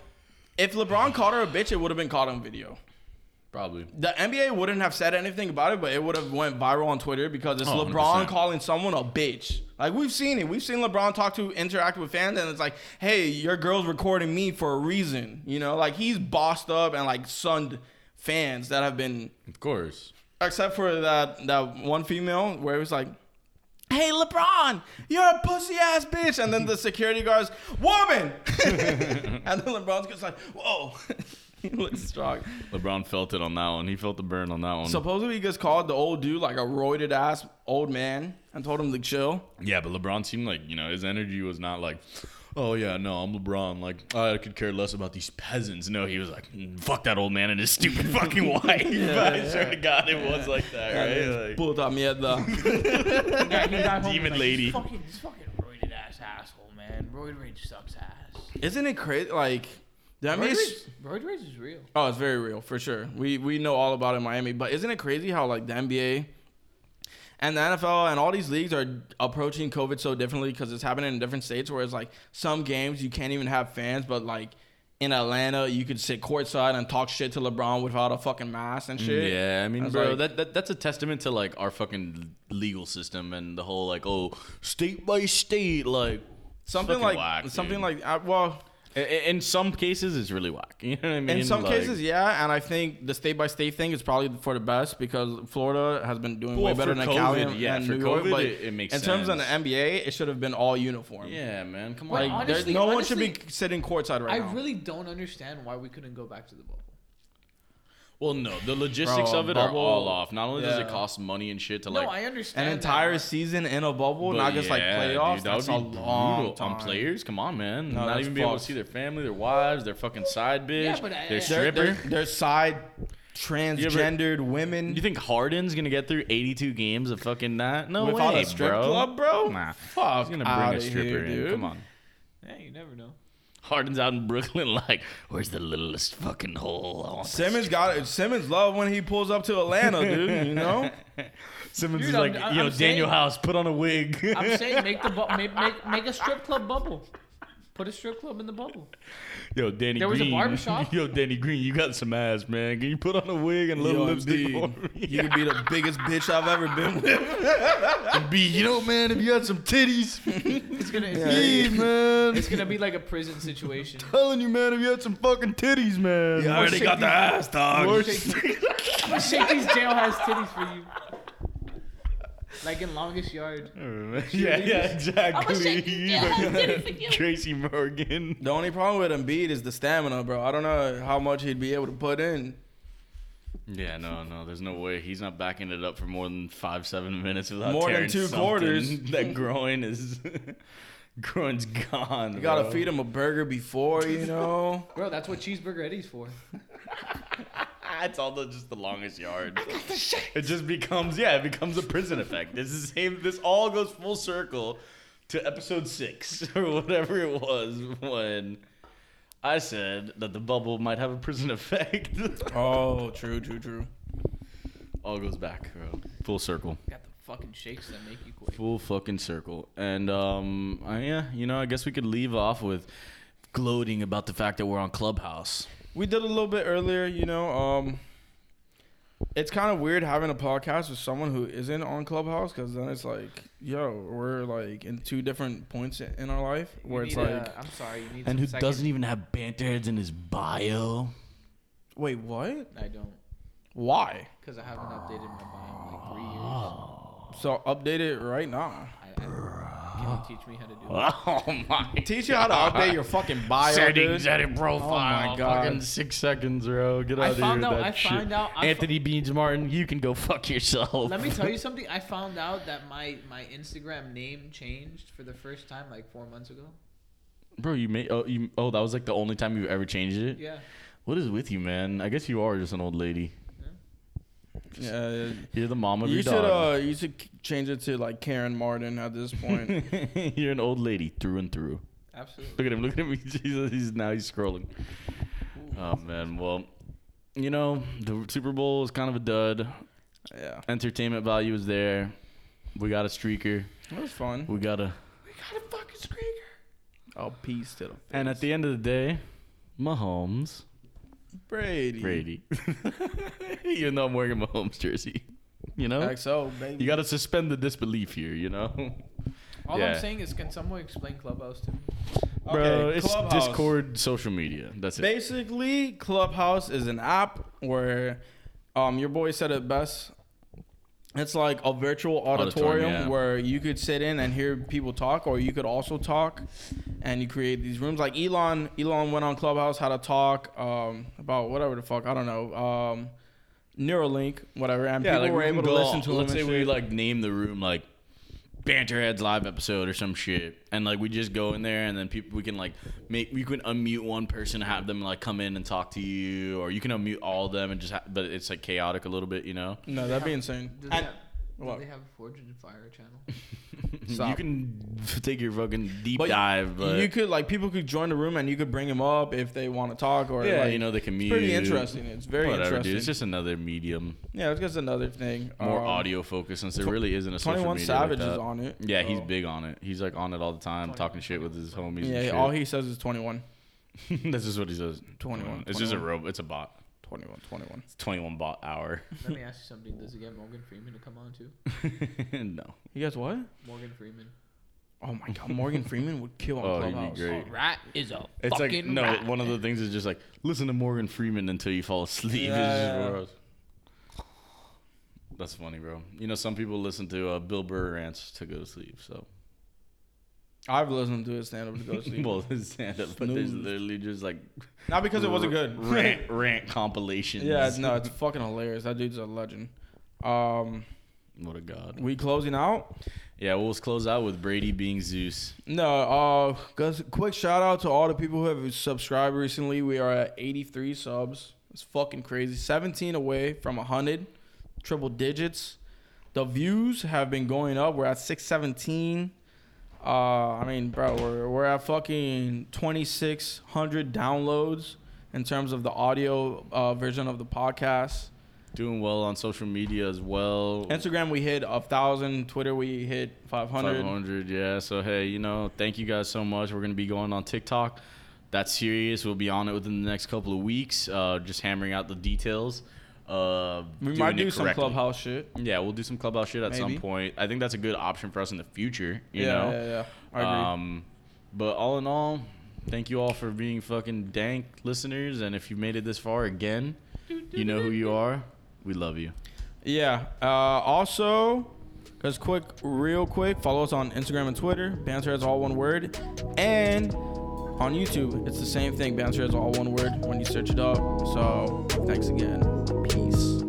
if LeBron called her a bitch, it would have been caught on video. Probably. The NBA wouldn't have said anything about it, but it would have went viral on Twitter because it's Oh, 100%. LeBron calling someone a bitch. Like we've seen it. We've seen LeBron talk to interact with fans and it's like, "Hey, your girl's recording me for a reason." You know, like he's bossed up and like sunned fans that have been Of course. except for that that one female where it was like Hey LeBron, you're a pussy ass bitch, and then the security guards, woman, and then LeBron's just like, whoa, he looks strong. LeBron felt it on that one. He felt the burn on that one. Supposedly he just called the old dude like a roided ass old man and told him to chill. yeah, but LeBron seemed like, you know, his energy was not like, oh, yeah, no, I'm LeBron. Like, I could care less about these peasants. No, he was like, "Mm, fuck that old man and his stupid fucking wife. I swear to God, it was like that, right? Like, Puta mierda. Demon lady. Fucking, this fucking roided ass asshole, man. Roid rage sucks ass. Isn't it crazy? Like, the Roid NBA. 's- rage, roid rage is real. Oh, it's very real for sure. We we know all about it in Miami, but isn't it crazy how like the NBA and the NFL and all these leagues are approaching COVID so differently because it's happening in different states. Where it's like some games you can't even have fans, but like in Atlanta you could sit courtside and talk shit to LeBron without a fucking mask and Mm, shit. Yeah, I mean, That's bro, like- that, that that's a testament to like our fucking legal system and the whole like, oh, state by state, like something fucking like whack, dude. something like uh, well. I- I- In some cases, it's really whack. You know what I mean? In some Like, cases, yeah, and I think the state by state thing is probably for the best because Florida has been doing way Well, better for than Cali COVID, and, yeah, and for New York. COVID, But it- it makes in terms of the sense. NBA, it should have been all uniform. Yeah, man. Come on. Like, Like, there- honestly- no one should honestly, be sitting courtside right I now. really don't understand why we couldn't go back to the bubble. well, no, the logistics Bro, of it are bubble- all off. Not only does it yeah. cost money and shit to No, like I understand. An that, entire but- season in a bubble, But not just like yeah, playoffs. dude, that's would a be long brutal time. on players. Come on, man. No, Not that's even be able to fucked. see their family, their wives, their fucking side bitch, Yeah, but uh, I- their I- They're, stripper. they're, they're side transgendered Do women you think Harden's gonna get through 82 games of fucking that? No without way, a strip bro. club, bro. Nah, Fuck, he's gonna outta bring a stripper here, in. dude. Come on. Yeah, you never know. Harden's out in Brooklyn, like, where's the littlest fucking hole? I want Simmons got it. Simmons love when he pulls up to Atlanta, dude. You know, Simmons Dude, is I'm- like, I'm yo, Daniel saying- House, put on a wig. I'm saying make the bu- make, make make a strip club bubble. Put a strip club in the bubble. yo, Danny There was a Green. barbershop? Yo, Danny Green, you got some ass, man. Can you put on a wig and little Yo, lipstick indeed. for me? you could be the biggest bitch I've ever been with. be, you know, man, if you had some titties, It's gonna it's, hey, gonna, man. it's gonna be like a prison situation. telling you, man, if you had some fucking titties, man. Yeah, I already got the ass, dog. Or- I'm gonna shake these jailhouse titties for you. Like in longest yard. yeah, yeah, exactly. Yeah. Tracy Morgan. The only problem with Embiid is the stamina, bro. I don't know how much he'd be able to put in. Yeah, no, no, there's no way. He's not backing it up for more than five, seven minutes without More than tearing two something. quarters. That groin is, groin's gone. You gotta feed him a burger before, you know. Bro, that's what cheeseburger Eddie's for. Ah, It's all the just the longest yard. It just becomes yeah, it becomes a prison effect. This is the same. This all goes full circle to episode six or whatever it was when I said that the bubble might have a prison effect. oh, true, true, true. all goes back, bro. Full circle. Got the fucking shakes that make you quake. Full fucking circle. And um, I, yeah, you know, I guess we could leave off with gloating about the fact that we're on Clubhouse. We did a little bit earlier, you know. Um, it's kind of weird having a podcast with someone who isn't on Clubhouse because then it's like, yo, we're like in two different points in our life where You it's need like, a- I'm sorry, you need And some who second- doesn't even have banter heads in his bio? wait, what? I don't. Why? Because I haven't updated my bio in like three years. So update it right now. I, I, can you teach me how to do it? Oh my! Teach you how to update your fucking bio, settings, dude. edit profile. Oh my God. Fucking six seconds, bro. Get out I of here. found with out- that I shit. found out- I fo- Anthony Beans Martin, you can go fuck yourself. Let me tell you something. I found out that my my Instagram name changed for the first time like four months ago. bro. You made. Oh, you, oh, that was like the only time you ever changed it. Yeah. What is with you, man? I guess you are just an old lady. Yeah, You're the mom of you your should dog. uh, you should k- change it to like Karen Martin at this point. You're an old lady through and through. I Absolutely. Look at him. Look at him. He's, he's, he's- now he's scrolling. Oh man. Well, you know the Super Bowl is kind of a dud. Yeah, Entertainment value is there. We got a streaker. it was fun. We got a. Oh, peace to them. And at the end of the day, Mahomes Brady. Brady. Even though I'm wearing a Mahomes jersey, you know. XO baby. You gotta suspend the disbelief here, you know. All Yeah. I'm saying is, can someone explain Clubhouse to me? Bro, it's Clubhouse. Discord, social media. That's it. Basically, Clubhouse is an app where um your boy said it best. It's like a virtual auditorium, Auditorium, yeah. where you could sit in and hear people talk, or you could also talk, and you create these rooms. Like Elon, Elon went on Clubhouse how to talk um, about whatever the fuck I don't know, um, Neuralink, whatever, and people were we able can to go- listen to him. Let's and say we shit. like name the room like Banterheads live episode or some shit, and like we just go in there, and then people we can like make we can unmute one person, have them like come in and talk to you, or you can unmute all of them and just ha- but it's like chaotic a little bit, you know. no, that'd be insane. Do they, And- have, what? do they have a Forged and Fire channel? You Stop. can take your fucking deep But dive, but you could like people could join the room and you could bring him up if they want to talk or yeah, like, you know they can mute. It's pretty interesting. It's very Whatever, interesting. dude. It's just another medium, yeah, it's just another thing. more Um, audio focused since there really isn't a social Twenty One media. Savage like is that. on it. Yeah, he's so- big on it. He's like on it all the time, talking shit with his homies. Yeah, and shit. all he says is 21. That's just what he says. 21, It's just a 21. robot. It's a bot. 21, 21. It's 21 bot hour. Let me ask you something. Does it get Morgan Freeman to come on too? no. You guys what? Morgan Freeman. Oh my god, Morgan Freeman would kill on Oh, he'd be Clubhouse. great. Rat is a It's like, fucking no, rat. one of the things is just like, listen to Morgan Freeman until you fall asleep. It's just Yeah. gross. That's funny, bro. You know, some people listen to uh, Bill Burr rants to go to sleep. So, I've listened to his stand up to go to sleep. well, it's stand up, but there's Snooze. literally just like Not because it wasn't good. rant, rant compilations. yeah, no, it's fucking hilarious. That dude's a legend. Um, What a god. we closing out? Yeah, we'll just close out with Brady being Zeus. No, uh, guys, quick shout out to all the people who have subscribed recently. We are at 83 subs. It's fucking crazy. 17 away from 100, triple digits. The views have been going up. We're at 617. Uh, I mean, bro, we're, we're at fucking 2,600 downloads in terms of the audio uh, version of the podcast. Doing well on social media as well. Instagram, we hit a 1,000. Twitter, we hit 500. 500 yeah so hey you know thank you guys so much we're gonna be going on tiktok that's serious we'll be on it within the next couple of weeks uh just hammering out the details uh We doing might it do some correctly. clubhouse shit. yeah we'll do some clubhouse shit at some Maybe. point i think that's a good option for us in the future you yeah, know yeah, yeah. I agree. um but all in all thank you all for being fucking dank listeners and if you made it this far again you know who you are we love you Yeah. Uh, also, because quick, real quick, follow us on Instagram and Twitter. Banter is all one word. And on YouTube, it's the same thing. Banter is all one word when you search it up. So, thanks again. Peace.